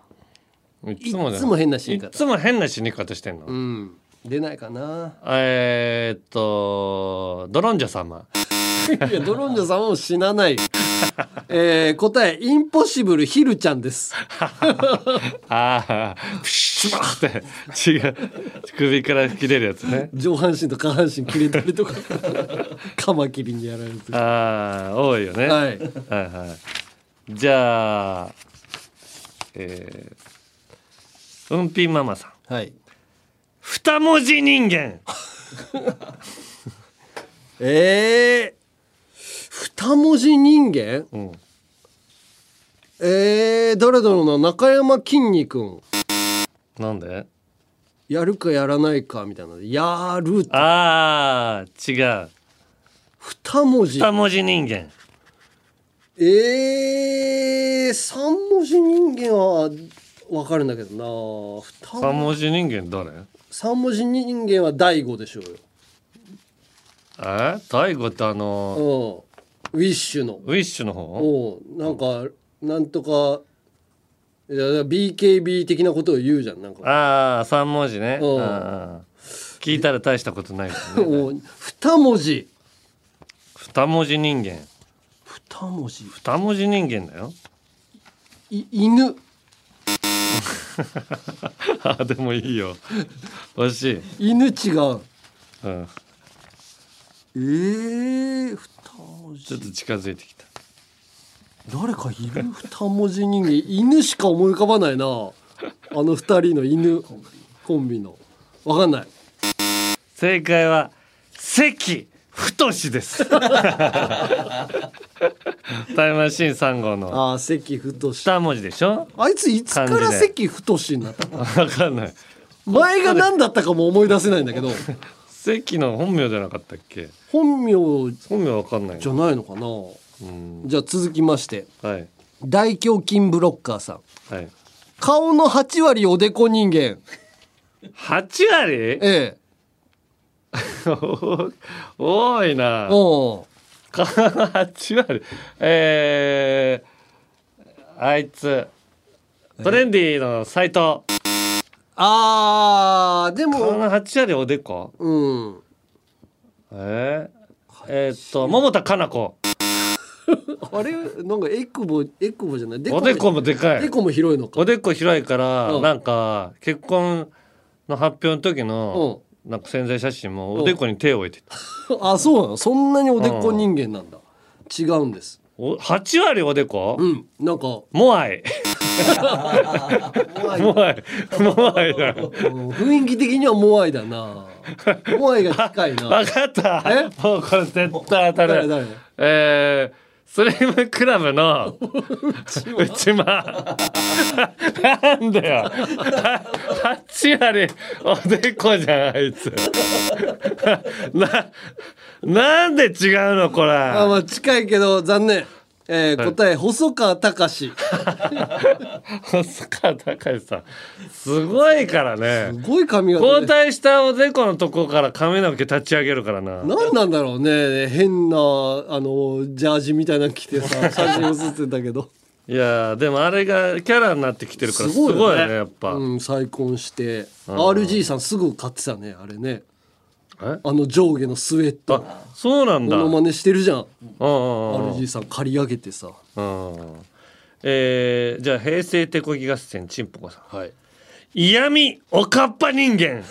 S3: ん
S2: いつもだ
S3: いつも変な死に方
S2: いつも変な死に方してんの、
S3: うん出ないか な
S2: えーっとドロンジャ 様
S3: いやドロンジョさんはもう死なないよえー、答えインポッシブルヒルちゃん です
S2: ああ、プシュッって血が首から吹き出るやつね。
S3: 上半身と下半身切れたり とかカマキリにやられてる
S2: ああ、多いよね。
S3: は
S2: は
S3: い
S2: いはいじゃあ、えー、うんぴんママさん。
S3: はい
S2: 二文字人間。
S3: えー、二文字人間
S2: うん。
S3: えー、誰だろうな中山きんに君
S2: なんで
S3: やるかやらないかみたいなのでやるって
S2: ああ、違う。
S3: 二文字
S2: 二文字人間。
S3: えー、三文字人間はわかるんだけどな二
S2: 三文字人間誰
S3: 三文字人間は大悟でしょう
S2: え大悟ってあの、
S3: よ、うん、ウィッシュの
S2: ウィッシュの方
S3: うんなんかなんとかいや BKB 的なことを言うじゃんなんか
S2: ああ、三文字ね。
S3: うん
S2: うんうん聞聞いたら大したことないですね
S3: お二文字
S2: 二文字人間
S3: 二文字
S2: 二文字人間だよ
S3: い犬
S2: あでもいいよ惜しい
S3: 犬違う
S2: うん
S3: えー、二文字
S2: ちょっと近づいてきた
S3: 誰かいる二文字人間犬しか思い浮かばないなあの二人の犬コンビのわかんない
S2: 正解は関太志です タイムマシーン3号の
S3: ああ関太志
S2: 二文字でしょ
S3: あいついつか
S2: 漢
S3: ら
S2: 字で
S3: 関太志になったの
S2: わかんない
S3: 前が何だったかも思い出せないんだけど
S2: 関の本名じゃなかったっけ
S3: 本名
S2: 本名わかんない
S3: じゃないのかな
S2: うん
S3: じゃあ続きまして
S2: はい
S3: 大胸筋ブロッカーさん
S2: はい
S3: 顔の8割おでこ人間
S2: 八割
S3: ええ
S2: 多いな
S3: お
S2: 8割えー、あいつトレンディーの斎藤
S3: あーで
S2: こ
S3: も
S2: の8割おでこ
S3: うん
S2: えー、えーっと桃田加奈子
S3: あれなんかエクボエクボじゃない
S2: おでこもでかい
S3: でこも広いのか
S2: おでこ広いから、
S3: うん
S2: なんか結婚の発表の時の、なんか宣材写真もおでこに手を置いてた、
S3: あそうなのそんなにおでこ人間なんだ違うんです
S2: お8割おでこ、
S3: うんなんか
S2: モ アイモアイモアイだ
S3: 雰囲気的にはモアイだ なモアイが近いな
S2: 分かったもうこれ絶対当た
S3: 誰
S2: る
S3: 誰
S2: えー、スリムクラブ のうちまなんだよ8割おでこじゃんあいつななんで違うのこ
S3: あ
S2: れ
S3: まあ近いけど残念えー
S2: はい
S3: 答え細川隆
S2: 細川隆さんすごいからね
S3: すごい髪型
S2: 交
S3: で
S2: 代したおでこのとこから髪の毛立ち上げるからな
S3: 何なんだろうね変なあのジャージみたいなの着てさ写真写ってたけど
S2: いやーでもあれがキャラになってきてるからすごいよねやっぱ、
S3: うん、再婚して
S2: うん
S3: RG さんすぐ買ってたねあれね
S2: え
S3: あの上下のスウェット
S2: そうなん
S3: モ
S2: だ
S3: ノマネしてるじゃん
S2: うんうんうん
S3: RG さん借り上げてさ
S2: うんえー、じゃあ平成手こぎ合戦ちんぽこさん
S3: はい
S2: 嫌味おかっぱ人間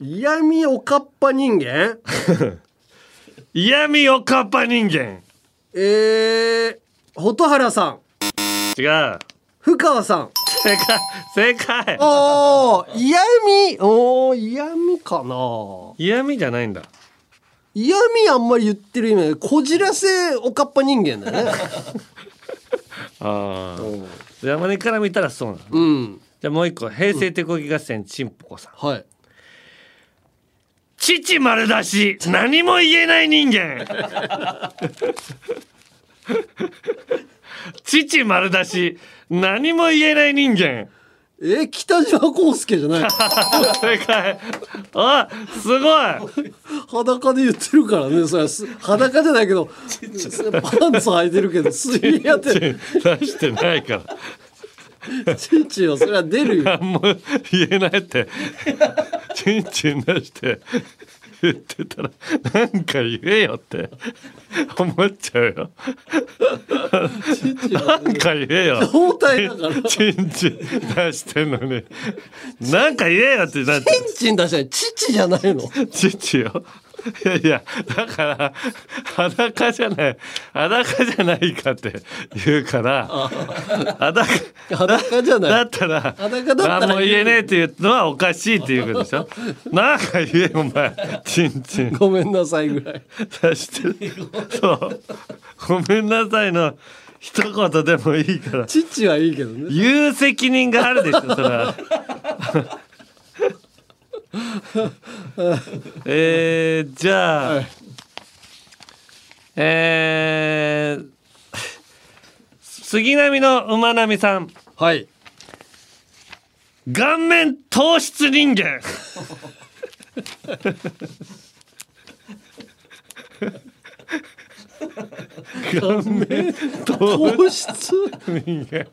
S3: 嫌味おかっぱ人間
S2: 嫌味おかっぱ人間
S3: えー、蛍原さん
S2: 違う
S3: 深川 さん
S2: 正解正解
S3: おー嫌味おー嫌味かな
S2: 嫌味じゃないんだ
S3: 嫌味あんまり言ってる意味ないこじらせおかっぱ人間だね
S2: ああ山根から見たらそうなんだ
S3: うん
S2: じゃあもう一個平成手こぎ合戦ちんぽこさん
S3: はい
S2: 父丸出し何も言えない人間 父丸出し何も言えない人間
S3: えー北島康介じゃない
S2: 正解あすごい
S3: 裸で言ってるからねそれはす裸じゃないけどパンツ履いてるけど水泳やってる
S2: 出してないから
S3: チンチンはそれは出るよ
S2: 何も言えないってチンチン出して言ってたらなんか言えよって思っちゃうよ
S3: チンチンは
S2: なんか言えよ
S3: 胴体だからチン
S2: チンチン出してんのになんか言えよってなっちゃう
S3: チン出したら父じゃないの
S2: 父よ。いやいや、だから、裸じゃない、裸じゃないかって言うから、裸、
S3: 裸じゃ
S2: だ
S3: な
S2: ったら、
S3: 裸だったら
S2: 何も言えねえっていうのはおかしいっていうことでしょなんか言えよ、お前。チンチ
S3: い
S2: ン
S3: ごめんなさいぐらい
S2: 出してる。そう。ごめんなさいの一言でもいいから。
S3: 父はいいけどね
S2: 言う責任があるでしょ、それは。 えー、じゃあ、えー、杉並の馬並さん
S3: はい
S2: 顔面糖質人間顔面
S3: 糖質
S2: 人間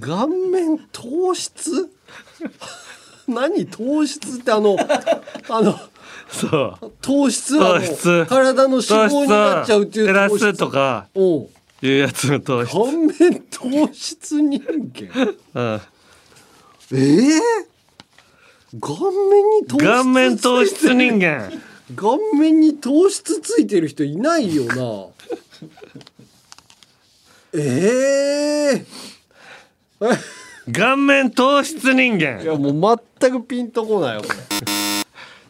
S3: 顔面糖質何糖質ってあのあの
S2: そう
S3: 糖質はも
S2: 糖
S3: う
S2: 質
S3: 体の脂肪になっちゃうっていう
S2: 減ら
S3: 糖質
S2: すとかいうやつの糖質
S3: 顔面糖質人間
S2: うん
S3: えー、顔面に糖質
S2: 顔面糖質人間
S3: 顔面に糖質ついてる人いないよなええ
S2: 顔面糖質人間
S3: いやもう全くピンとこないよこれ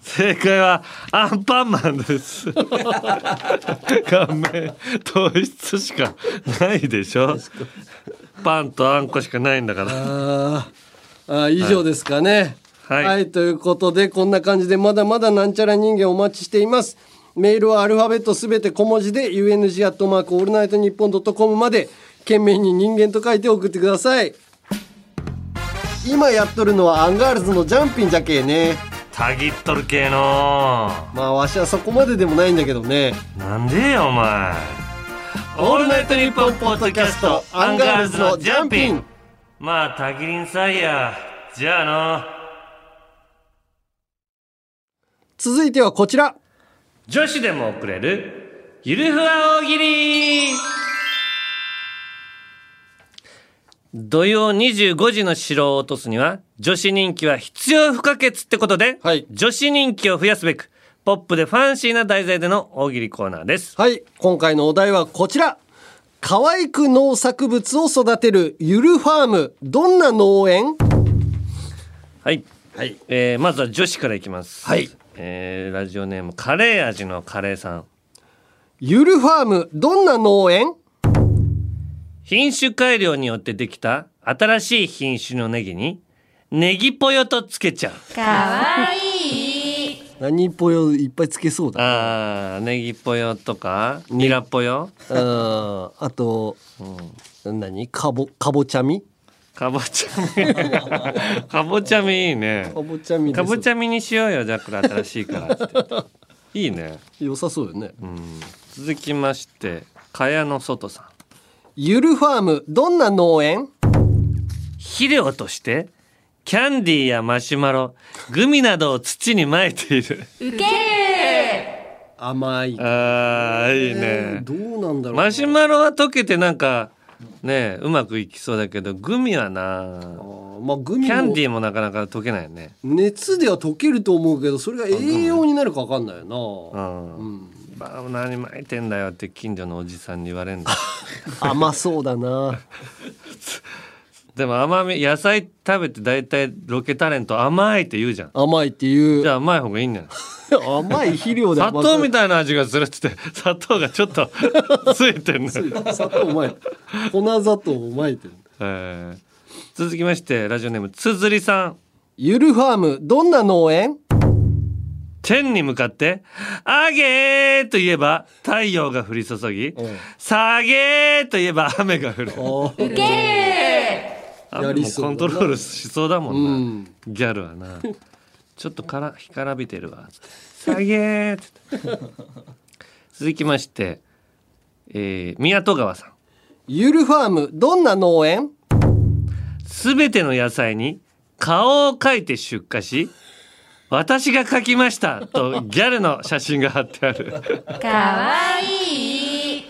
S2: 正解はアンパンマンです顔面糖質しかないでしょパンとあんこしかないんだから
S3: あーあー以上ですかねはい、ということでこんな感じでまだまだなんちゃら人間お待ちしていますメールはアルファベットすべて小文字で UNG アットマークオールナイトニッポンドットコムまで懸命に人間と書いて送ってください今やっとるのはアンガールズのジャンピンじゃけえね
S2: たぎっとる系の
S3: まあわしはそこまででもないんだけどね
S2: なんでよお前オールナイトニッポンポッドキャストアンガールズのジャンピンまあたぎりんさいやじゃあの
S3: 続いてはこちら
S2: 女子でも送れるゆるふわ大喜利土曜25時の城を落とすには女子人気は必要不可欠ってことで、女子人気を増やすべくポップでファンシーな題材での大喜利コーナーです
S3: はい今回のお題はこちら可愛く農作物を育てるゆるファームどんな農園
S2: はい、えーまずは女子からいきますはい、えーラジオネームカレー味のカレーさん
S3: ゆるファームどんな農園
S2: 品種改良によってできた新しい品種のネギにネギぽよとつけちゃう
S4: かわいい
S3: 何ぽよいっぱいつけそう
S2: だあーネギぽよとかニラぽよ
S3: うんあと、何かぼかぼちゃみ
S2: かぼち ゃみかぼちゃみいいね
S3: かぼちゃみ
S2: かぼちゃみにしようよじゃあこれ新しいからつっていいね
S3: 良さそうよね
S2: うん続きましてかやの外さん
S3: ゆるファームどんな農園
S2: 肥料としてキャンディーやマシュマログミなどを土にまいている
S4: ウケる
S3: 甘い
S2: あーいいね、
S3: えーどうなんだろう
S2: マシュマロは溶けてなんかねうまくいきそうだけどグミはな
S3: まあグミも
S2: キャンディーもなかなか溶けないよね
S3: 熱では溶けると思うけどそれが栄養になるか分かんないよ
S2: うん、バー何巻いてんだよって近所の おじさんに言われるんだ
S3: な甘そうだな
S2: でも甘み野菜食べて大体ロケタレント甘いって言うじゃん
S3: 甘いって言う
S2: じゃあ甘い方がいいんじゃない
S3: 甘い肥料で
S2: 砂
S3: 甘
S2: 糖
S3: そう
S2: みたいな味がするっつって 砂糖がちょっと ついてんの、
S3: 砂糖うまい粉砂糖うまいって
S2: えー続きましてラジオネームつづりさん
S3: ゆるファームどんな農園
S2: 天に向かって「あげー」と言えば太陽が降り注ぎ「下げー」と言えば雨が降る
S4: ウケる
S2: やりコントロールしそうだもんな、ギャルはなちょっとから干からびてるわつって下げーっつって続きまして、えー、宮戸川さん
S3: ゆるファームどんな農園
S2: すべての野菜に顔を描いて出荷し私が描きましたとギャルの写真が貼ってある
S4: かわいい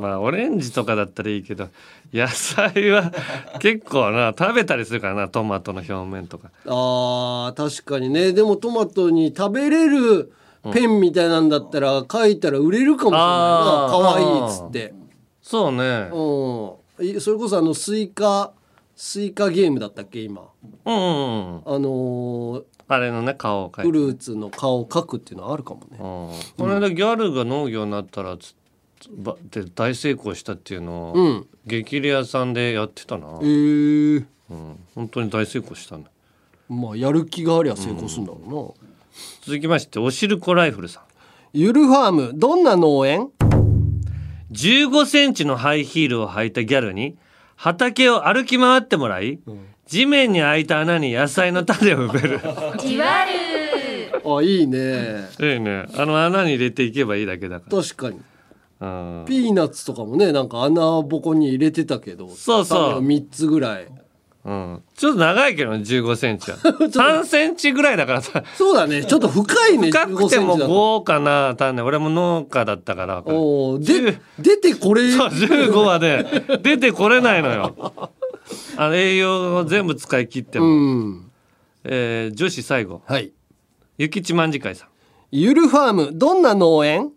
S2: まあオレンジとかだったらいいけど野菜 は結構な食べたりするからなトマトの表面とか
S3: あー確かにねでもトマトに食べれるペンみたいなんだったら書いたら売れるかもしれないな
S2: あー
S3: 可愛いっつって
S2: そうね
S3: うんいそれこそあのスイカスイカゲームだったっけ今
S2: うんうんうん
S3: あの
S2: あれのね顔を描いて
S3: フルーツの顔を描くっていうのはあるかもね
S2: この間ギャルが農業になったらつつばって大成功したっていうのを、
S3: うん
S2: 激レアさんでやってたな、
S3: えー、
S2: うん、本当に大成功したね
S3: まあやる気がありゃ成功するんだろうな、
S2: 続きましておしるこライフルさん
S3: ゆるファームどんな農園
S2: 15センチのハイヒールを履いたギャルに畑を歩き回ってもらい、地面に開いた穴に野菜の種を埋める
S4: じわる
S3: あいいね
S2: いいねあの穴に入れていけばいいだけだから
S3: 確かに
S2: うん
S3: ピーナッツとかもねなんか穴ぼこに入れてたけど
S2: そうそう
S3: 3つぐらい
S2: うん、ちょっと長いけどね15セン チは3センチぐらいだからさ
S3: そうだねちょっと深いね
S2: 深くても
S3: 15センチだと
S2: 5かな単ね俺も農家だったから
S3: おおで出てこれ
S2: そう15はね出てこれないのよあの栄養を全部使い切っても、えー女子最後
S3: はい
S2: ゆきちまんじかいさん
S3: ゆるファームどんな農園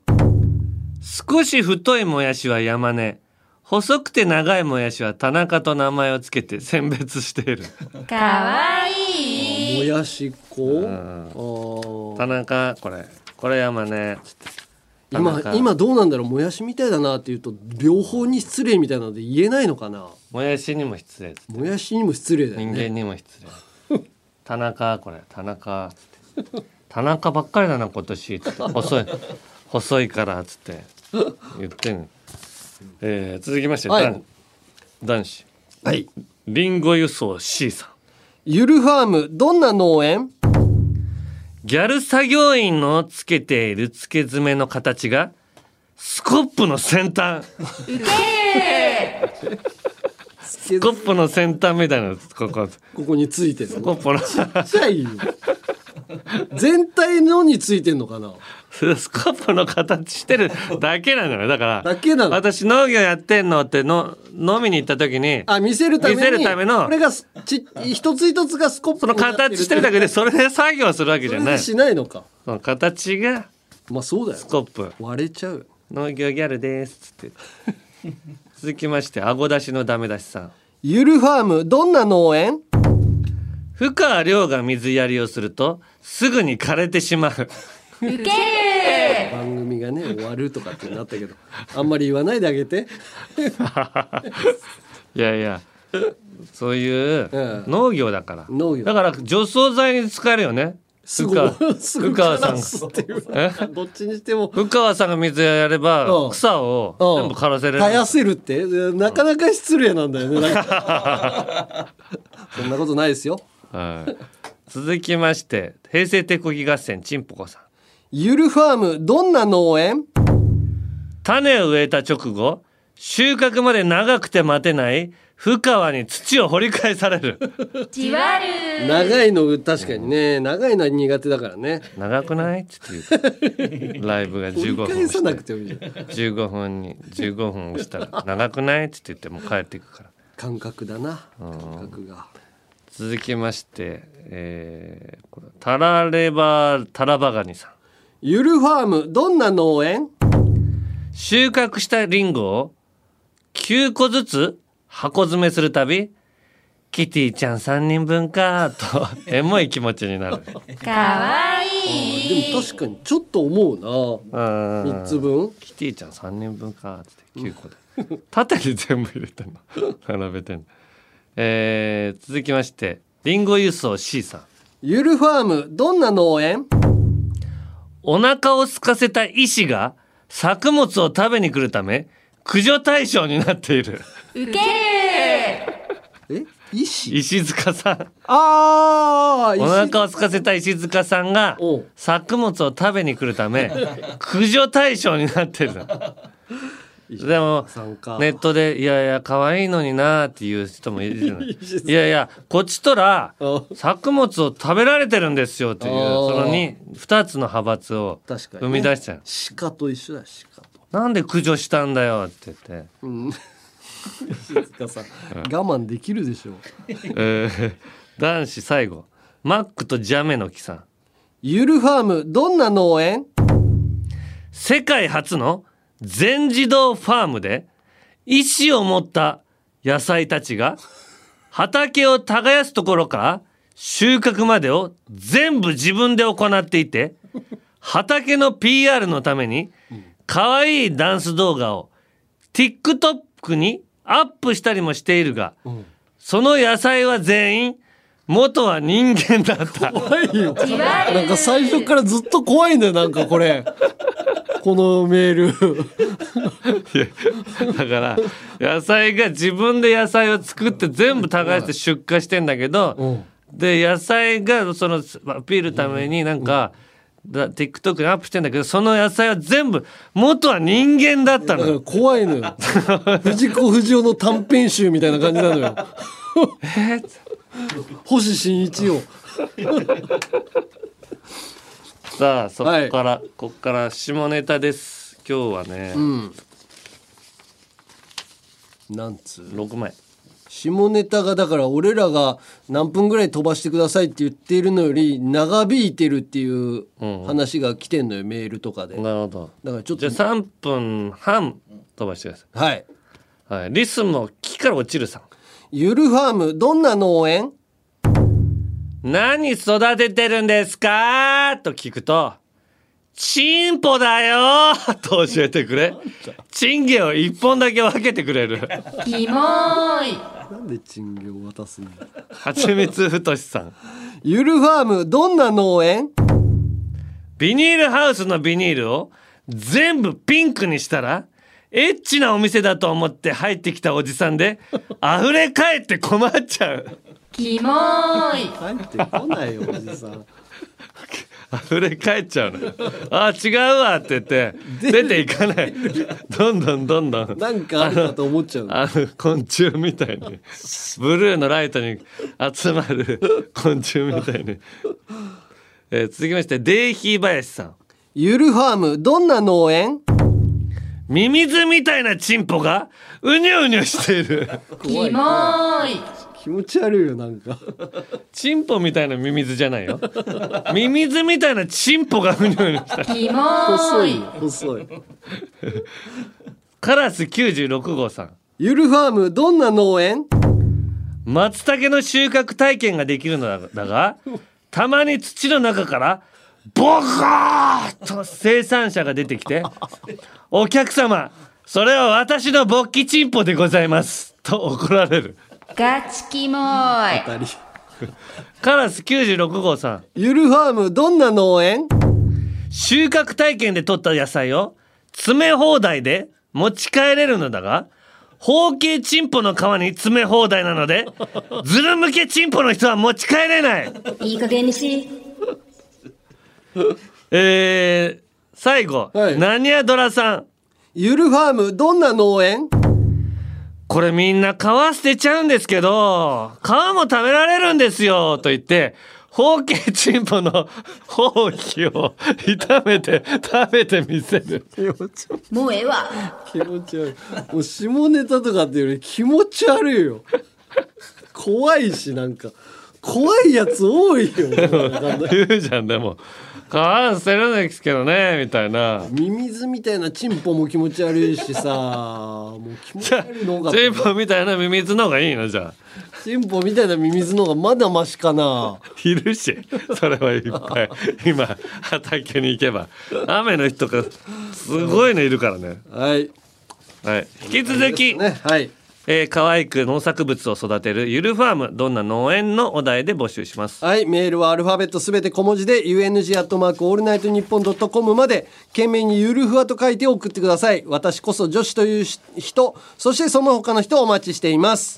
S2: 少し太いもやしは山根細くて長いもやしは田中と名前をつけて選別している
S11: かわいい
S3: もやしっ
S2: こ田中これこれ山根田
S3: 今
S2: 中
S3: 今どうなんだろうもやしみたいだなっていうと両方に失礼みたいなので言えないのかな
S2: もやしにも失礼
S3: もやしにも失礼だよ
S2: 人
S3: ね
S2: 間にも失礼田中これ田中つって田中ばっかりだな今年つって細い細いからつって言ってんの、えー続きまして、
S3: はい
S2: 男男子
S3: はい
S2: リンゴ輸送 C さん
S3: ゆるファームどんな農園
S2: ギャル作業員のつけているつけ爪の形がスコップの先端スコップの先端みたいなのここ
S3: ここについてる
S2: スコップの
S3: ちっちゃいよ全体のについてんのかな
S2: スコップの形してるだけなんだよだから私農業やってんのっての飲みに行った時に
S3: あ見せるために
S2: 見せるための
S3: これがすち一つ一つがスコップ
S2: その形してるだけでそれで作業するわけじゃない
S3: しないのか
S2: その形が
S3: まあそうだよ
S2: スコップ
S3: 割れちゃう
S2: 農業ギャルですっつって 続きまして顎出しのダメ出しさん
S3: ゆるファームどんな農園
S2: 深川亮が水やりをするとすぐに枯れてしまう
S3: 番組がね終わるとかってなったけどあんまり言わないであげて
S2: いやいやそういう農業だから、
S3: 農業
S2: だから除草剤に使えるよね
S3: す
S2: 深川
S3: ごいすご
S2: 深
S3: い
S2: 川さん
S3: カラスっていう
S2: え
S3: どっちにしても
S2: 深川さんが水やれ
S3: う
S2: ば
S3: ん
S2: 草を全部枯らせれる
S3: 絶やせるってなかなか失礼なんだよねなんかそんなことないですよ
S2: はい続きまして平成手こぎ合戦ちんぽこさん
S3: ゆるファームどんな農園
S2: 種を植えた直後収穫まで長くて待てない深川に土を掘り返される
S11: じわる
S3: 長いの確かにね長いのは苦手だからね
S2: 長くないっつって言うライブが15分
S3: 返
S2: し
S3: さなくてもいいじゃん
S2: 15分に15分押したら長くないっつって言ってもう帰っていくから
S3: 感覚だな
S2: うん
S3: 感覚が
S2: 続きまして、えー、これタラレバタラバガニさん
S3: ゆるファームどんな農園
S2: 収穫したリンゴを9個ずつ箱詰めするたびキティちゃん3人分かとエモい気持ちになる
S11: かわ
S3: でも確かにちょっと思うな
S2: 3
S3: つ分
S2: キティちゃん3人分かって9個で縦に全部入れてんの並べてんの、えー、続きましてリンゴ輸送 C さん
S3: ゆるファームどんな農園
S2: お腹を空かせた医師が作物を食べに来るため駆除対象になっている
S11: ウケー
S3: 医師
S2: 石塚さん
S3: あ
S2: お腹を空かせた石塚さんが作物を食べに来るため駆除対象になってるのでもネットで「いやいや可愛いのにな」っていう人もいるじゃないいやいやこっちとら作物を食べられてるんですよという
S3: あー
S2: そのに2つの派閥を
S3: 確か
S2: 生
S3: にね
S2: み出したの
S3: 鹿と一緒だ鹿
S2: なんで駆除したんだよって言って。
S3: うん静香さん我慢できるでしょう
S2: えー男子最後マックとジャメの木さん
S3: ゆるファームどんな農園
S2: 世界初の全自動ファームで意思を持った野菜たちが畑を耕すところから収穫までを全部自分で行っていて畑の PR のために可愛いダンス動画を TikTok にアップしたりもしているが、その野菜は全員元は人間だった
S3: 怖いよなんか最初からずっと怖いんだよなんかこれこのメール
S2: だから野菜が自分で野菜を作って全部耕して出荷してんだけど、で野菜がそのアピールためになんか、だ TikTok にアップしてんだけどその野菜は全部元は人間だったのよ
S3: 怖いのよ藤子不二雄の短編集みたいな感じなのよ星新一を
S2: さあそこから、ここから下ネタです今日はね、
S3: うんなんつ
S2: 6枚
S3: 下ネタがだから俺らが何分ぐらい飛ばしてくださいって言っているのより長引いてるっていう話が来てんのよ、メールとかで
S2: なるほど
S3: だからちょっ
S2: じゃ
S3: と
S2: あ3分半飛ばしてくださ
S3: はい、
S2: い、はい、リスも木から落ちるさん
S3: ゆるファームどんな農園
S2: 何育ててるんですかと聞くと、チンポだよ と教えてくれ。チンゲを一本だけ分けてくれる。
S11: キモーい
S3: なんで賃料渡すの
S2: はちみつふとしさん。
S3: ゆるファームどんな農園
S2: ビニールハウスのビニールを全部ピンクにしたら、エッチなお店だと思って入ってきたおじさんで、溢れ返って困っちゃう。
S11: キモーい
S3: 帰ってこないよおじさん
S2: 溢れ返っちゃうのよ。あ、違うわって言って、出ていかない。どんどんどんどん。
S3: なんかあるかと思っちゃう
S2: あの昆虫みたいにブルーのライトに集まる昆虫みたいに、えー続きましてデイヒー林さん
S3: ゆるファームどんな農園
S2: ミミズみたいなチンポがうにゅうにゅしている
S11: キモーい
S3: 気持ち悪いよなんか
S2: チンポみたいなミミズじゃないよミミズみたいなチンポがうにゅうにゅした
S11: キモ
S3: 細
S11: ー
S3: い
S11: い
S3: 細い
S2: カラス96号さん
S3: ゆるファームどんな農園
S2: 松茸の収穫体験ができるのだがたまに土の中からボコーッと生産者が出てきて「お客様それは私の勃起チンポでございます」と怒られる
S11: ガチキモーい
S3: 当たり
S2: カラス96号さん
S3: ゆるファームどんな農園
S2: 収穫体験で取った野菜を詰め放題で持ち帰れるのだが方形チンポの皮に詰め放題なのでズル向けチンポの人は持ち帰れない
S11: いい加減にし
S2: えー、最後、何やドラさん
S3: ゆるファームどんな農園
S2: これみんな皮捨てちゃうんですけど皮も食べられるんですよと言って方形チンポのほうきを炒めて食べてみせる
S3: 気持ち悪い
S11: もうええわ
S3: 気持ち悪いもう下ネタとかっていうより気持ち悪いよ怖いしなんか怖いやつ多いよ
S2: 言うじゃんでも皮捨てるんですけどねみたいな
S3: ミミズみたいなチンポも気持ち悪いしさもう気持ち悪いのが
S2: チンポみたいなミミズの方がいいのじゃあ
S3: チンポみたいなミミズの方がまだマシかない
S2: るしそれはいっぱい今畑に行けば雨の日とかすごいのいるからね
S3: はい
S2: はい、引き続き、
S3: はい
S2: えー可愛く農作物を育てるゆるファームどんな農園のお題で募集します
S3: はい、メールはアルファベットすべて小文字で、UNG アットマークオールナイトニッポンドットコムまで、懸命にゆるふわと書いて送ってください。私こそ女子というし人、そしてその他の人をお待ちしています。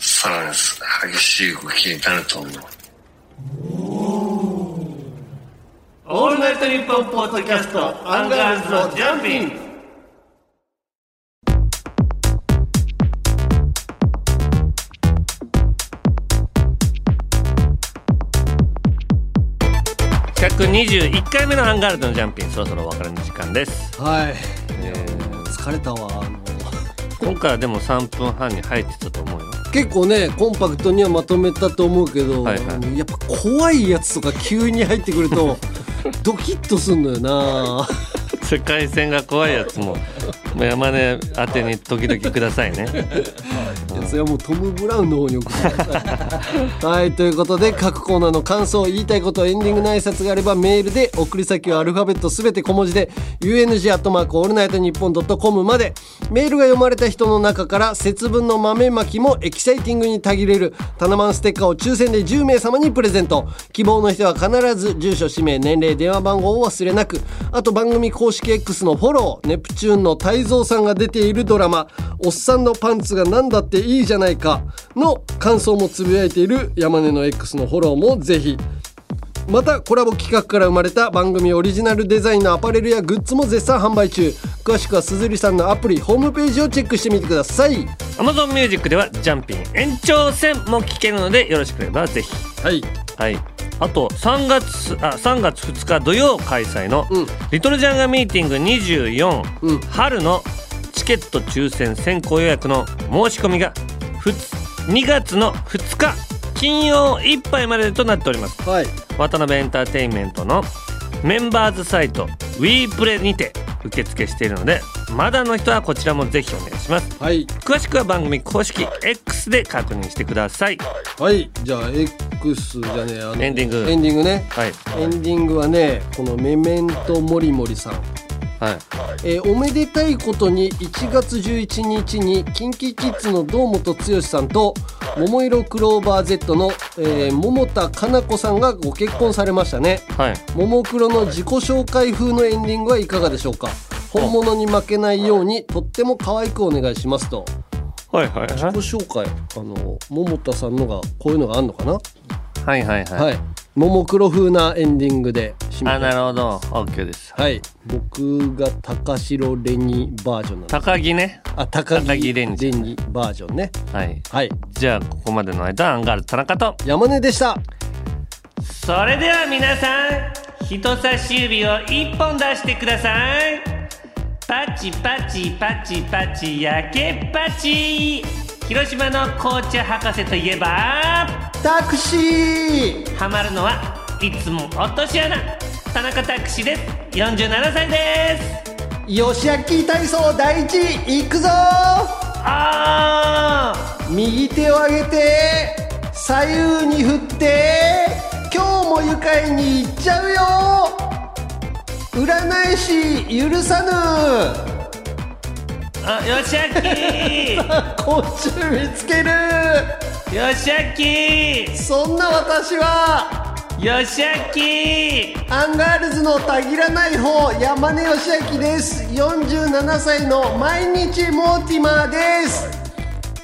S13: さらに激しい動きになると思う。
S12: オールナイトニッポンポッドキャストアンガールズのジャンピン
S2: 121回目のハンガールズのジャンピンそろそろお別れの時間です、
S3: はい、
S2: えー
S3: 疲れたわ。あの
S2: 今回はでも3分半に入ってたと思うよ
S3: 結構ね、コンパクトにはまとめたと思うけど、
S2: はいはい
S3: あのやっぱ怖いやつとか急に入ってくると、ドキッとすんのよな。
S2: 世界戦が怖いやつも山根宛てに時々くださいね
S3: じゃあそれはもうトム・ブラウンの方に送ってくださいはいということで各コーナーの感想言いたいことエンディングの挨拶があればメールで送り先はアルファベットすべて小文字で「UNG」「アットマークオールナイトニッポン」ドットコムまでメールが読まれた人の中から節分の豆まきもエキサイティングにたぎれるタナマンステッカーを抽選で10名様にプレゼント希望の人は必ず住所氏名年齢電話番号を忘れなくあと番組公式 X のフォローネプチューンの泰造さんが出ているドラマ「おっさんのパンツがなんだっていいじゃないか」の感想もつぶやいている山根の X のフォローもぜひまたコラボ企画から生まれた番組オリジナルデザインのアパレルやグッズも絶賛販売中詳しくはすずりさんのアプリホームページをチェックしてみてください
S2: Amazon Music ではジャンピン延長戦も聞けるのでよろしければぜひ
S3: はい、
S2: あと3月あ3月2日土曜開催の「リトルジャンガミーティング24、春」のチケット抽選先行予約の申し込みがふつ2月の2日金曜いっぱいまでとなっております、渡辺エンターテインメントのメンバーズサイト w e プレにて受付しているのでまだの人はこちらもぜひお願いします、詳しくは番組公式 X で確認してください
S3: はいじゃあ X じゃねえあの
S2: エンディング
S3: エンディングね、
S2: はい
S3: エンディングはねこのメメントモリモリさん
S2: はい
S3: えーおめでたいことに1月11日に KinKiKids の堂本剛さんと桃色クローバー Z の、えー桃田かな子さんがご結婚されましたね
S2: はい
S3: ももクロの自己紹介風のエンディングはいかがでしょうか本物に負けないようにとっても可愛くお願いしますと
S2: はいはい
S3: 自己紹介あの桃田さんのがこういうのがあるのかな
S2: はいはいはい
S3: はいももクロ風なエンディングで締め
S2: あなるほど OK です
S3: はい僕が高城レニバージョンなんです
S2: 高木ね
S3: あ高木
S2: レンジ
S3: バージョンね
S2: はい、
S3: はい、
S2: じゃあここまでの間アンガールズ田中と
S3: 山根でした
S2: それでは皆さん人差し指を一本出してくださいパチパチパチパチやけパチ広島の紅茶博士といえば
S3: タクシー
S2: ハマるのはいつも落とし穴田中拓司です47歳です
S3: よしあき体操第一行くぞ
S2: あ
S3: 右手を上げて左右に振って今日も愉快に行っちゃうよ占い師許さぬ
S2: あよしあき
S3: 昆虫見つける
S2: よしあき
S3: そんな私は
S2: よしあき
S3: アンガールズのたぎらない方山根義明です47歳の毎日モーティマーです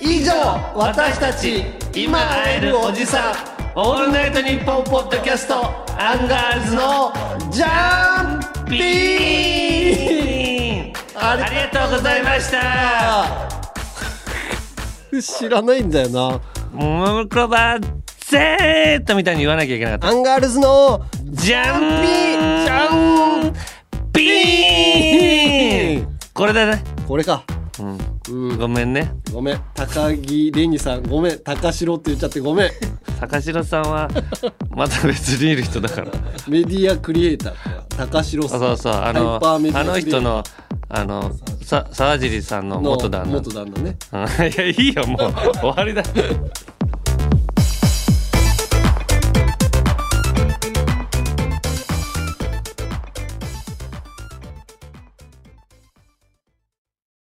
S3: 以上私たち今会えるおじさんオールナイトニッポンポッドキャストアンガールズのジャンピーンあ
S2: りがとうございました
S3: 知らないんだよな
S2: ももクロバー Z みたいに言わなきゃいけなかった
S3: アンガールズの
S2: ジャンピ
S3: ジャン
S2: ピーンこれだね
S3: これか
S2: うん、ごめんね
S3: ごめん高木レニさんごめん高城って言っちゃってごめん
S2: 高城さんはまた別にいる人だから
S3: メディアクリエイター高城さ
S2: あ
S3: ん
S2: そうそうあの
S3: ハイパーメディ
S2: あ
S3: アクリエイター
S2: の人のあのさ沢尻さんの元旦那
S3: 元旦那ね
S2: うんいやいいよもう終わりだ